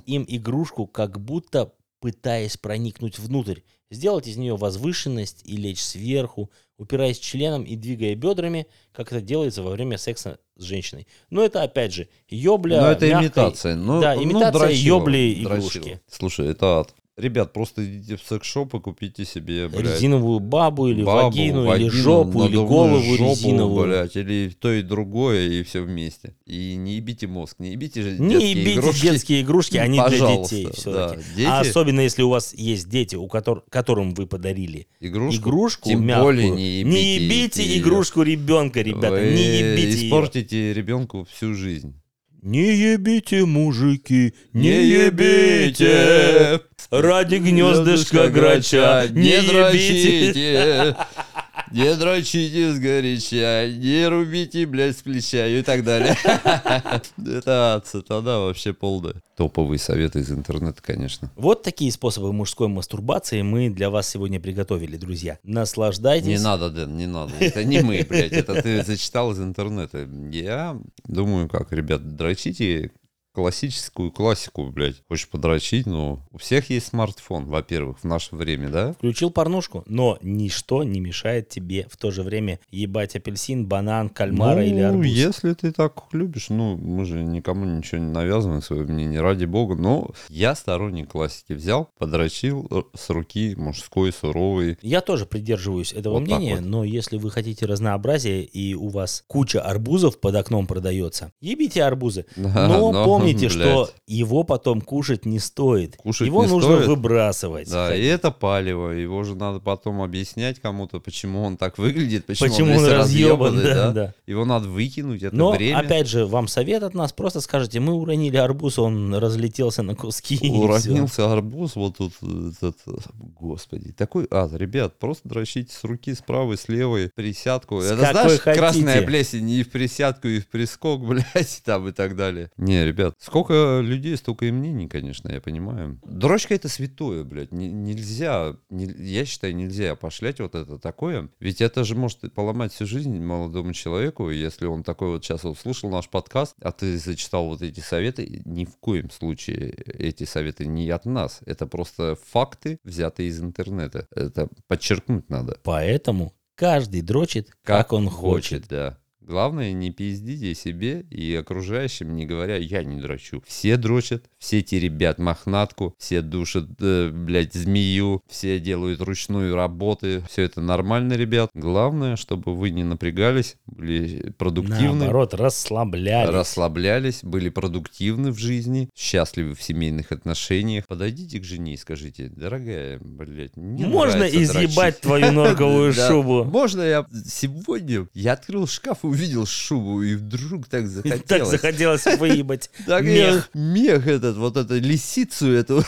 C: им игрушку, как будто пытаясь проникнуть внутрь, сделать из нее возвышенность и лечь сверху, упираясь членом и двигая бедрами, как это делается во время секса с женщиной. Но это опять же ёбля,
B: Но это
C: мягкой-
B: имитация. Ну,
C: да,
B: ну,
C: имитация
B: дрочила,
C: ёбли
B: дрочила.
C: игрушки.
B: Слушай, это ад. Ребят, просто идите в секс-шоп и купите себе, блядь,
C: резиновую бабу или
B: бабу,
C: вагину, или
B: вагину,
C: жопу, или
B: надувную
C: голову
B: жопу,
C: резиновую.
B: блядь, или то и другое, и все вместе. И не ебите мозг, не ебите же
C: Не
B: детские
C: ебите
B: игрушки.
C: детские игрушки, они
B: Пожалуйста,
C: для детей
B: да.
C: все-таки.
B: Дети,
C: А особенно если у вас есть дети, у котор- которым вы подарили
B: игрушку,
C: игрушку
B: тем
C: мягкую.
B: более не ебите. её.
C: игрушку ребенка, ребята,
B: Вы
C: не ебите её.
B: испортите ребенку всю жизнь.
A: Не ебите, мужики, не ебите!
B: ебите!
C: Ради гнездышка грача, не ебите.
B: дрочите! Не дрочите сгоряча, не рубите, блядь, с плеча и так далее. Это ад, сатана вообще полная. Топовые советы из интернета, конечно.
C: Вот такие способы мужской мастурбации мы для вас сегодня приготовили, друзья. Наслаждайтесь.
B: Не надо, Дэн, не надо. Это не мы, блядь, это ты зачитал из интернета. Я думаю, как, ребят, дрочите классическую классику, блядь. Хочешь подрочить, но у всех есть смартфон, во-первых, в наше время, да?
C: Включил порнушку, но ничто не мешает тебе в то же время ебать апельсин, банан, кальмара
B: ну,
C: или арбуз.
B: если ты так любишь, ну, мы же никому ничего не навязываем свое мнение, ради бога. Но я сторонник классики взял, подрочил э, с руки мужской, суровой.
C: Я тоже придерживаюсь этого
B: Вот так
C: мнения,
B: вот.
C: но если вы хотите разнообразия и у вас куча арбузов под окном продается, ебите арбузы.
B: Да,
C: Но, помните, что
B: А, ну, блядь,
C: его потом кушать не стоит.
B: Кушать
C: его
B: не
C: нужно
B: стоит.
C: выбрасывать.
B: Да, и это палево, его же надо потом объяснять кому-то, почему он так выглядит, почему,
C: Почему
B: весь
C: он разъебан,
B: разъебанный,
C: да,
B: да,
C: да.
B: Его надо выкинуть, это
C: Но,
B: время.
C: опять же, вам совет от нас, просто скажите, мы уронили арбуз, он разлетелся на куски. и всё.
B: Уронился арбуз, вот тут э, этот, э, господи, такой ад, ребят, просто дрочите с руки, с правой, с левой, присядку.
C: С
B: Это
C: какой
B: знаешь,
C: хотите.
B: красная плесень и в присядку, и в прискок, блядь, там и так далее. Не, ребят, сколько людей, столько и мнений, конечно, я понимаю. Дрочка это святое, блядь, не- нельзя, не- я считаю, нельзя пошлять вот это такое, ведь это же может и поломать всю жизнь молодому человеку, если он такой вот сейчас вот слушал наш подкаст, а ты зачитал вот эти советы, ни в коем случае эти советы не от нас, это просто факты, взятые из интернета, это подчеркнуть надо.
C: Поэтому каждый дрочит, как, он хочет.
B: Да. Главное, не пиздите себе и окружающим, не говоря, я не дрочу. Все дрочат, все теребят мохнатку, все душат, э, блядь, змею, все делают ручную работу. Все это нормально, ребят. Главное, чтобы вы не напрягались, были продуктивны.
C: Наоборот, расслаблялись.
B: Расслаблялись, были продуктивны в жизни, счастливы в семейных отношениях. Подойдите к жене и скажите, дорогая, блядь, не
C: Можно изъебать твою норковую
B: Да.
C: шубу.
B: Можно я сегодня, я открыл шкаф и увидел шубу, и вдруг так
C: И Так
B: захотелось.
C: захотелось выебать
B: Так я-
C: мех,
B: мех этот, вот эту лисицу эту.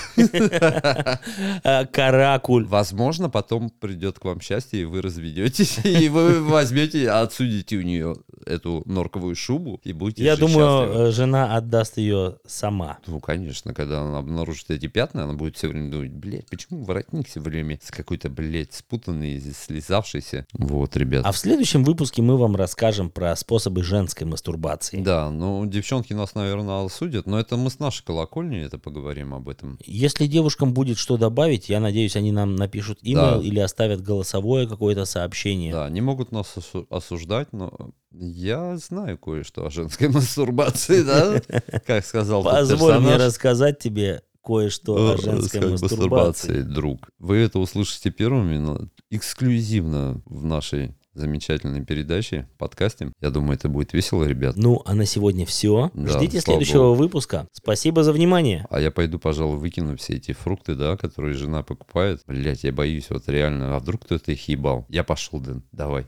C: а, каракуль.
B: Возможно, потом придет к вам счастье, и вы разведетесь, и вы возьмете, отсудите у нее эту норковую шубу, и будете
C: Я
B: жить счастливо.
C: думаю, э, жена отдаст ее сама.
B: Ну, конечно, когда она обнаружит эти пятна, она будет все время думать, блядь, почему воротник все время с какой-то, блядь, спутанный, слезавшийся. Вот, ребят.
C: А в следующем выпуске мы вам расскажем про способы женской мастурбации.
B: Да, ну, девчонки нас, наверное, осудят, но это мы с нашей колокольни это поговорим об этом.
C: Если девушкам будет что добавить, я надеюсь, они нам напишут имейл
B: Да.
C: или оставят голосовое какое-то сообщение.
B: Да, они могут нас осу- осуждать, но э, я знаю кое-что о женской мастурбации, да? Как сказал тот
C: Позволь мне
B: персонаж. Э,
C: рассказать тебе кое-что о женской мастурбации.
B: друг. Вы это услышите первыми, но эксклюзивно в нашей замечательной передаче, подкасте. Я думаю, это будет весело, ребят.
C: Ну, а на сегодня все.
B: Да,
C: Ждите
B: слава
C: следующего выпуска. Спасибо за внимание.
B: А я пойду, пожалуй, выкину все эти фрукты, да, которые жена покупает. Блять, я боюсь, вот реально. А вдруг кто-то их ебал? Я пошел, Дэн, давай.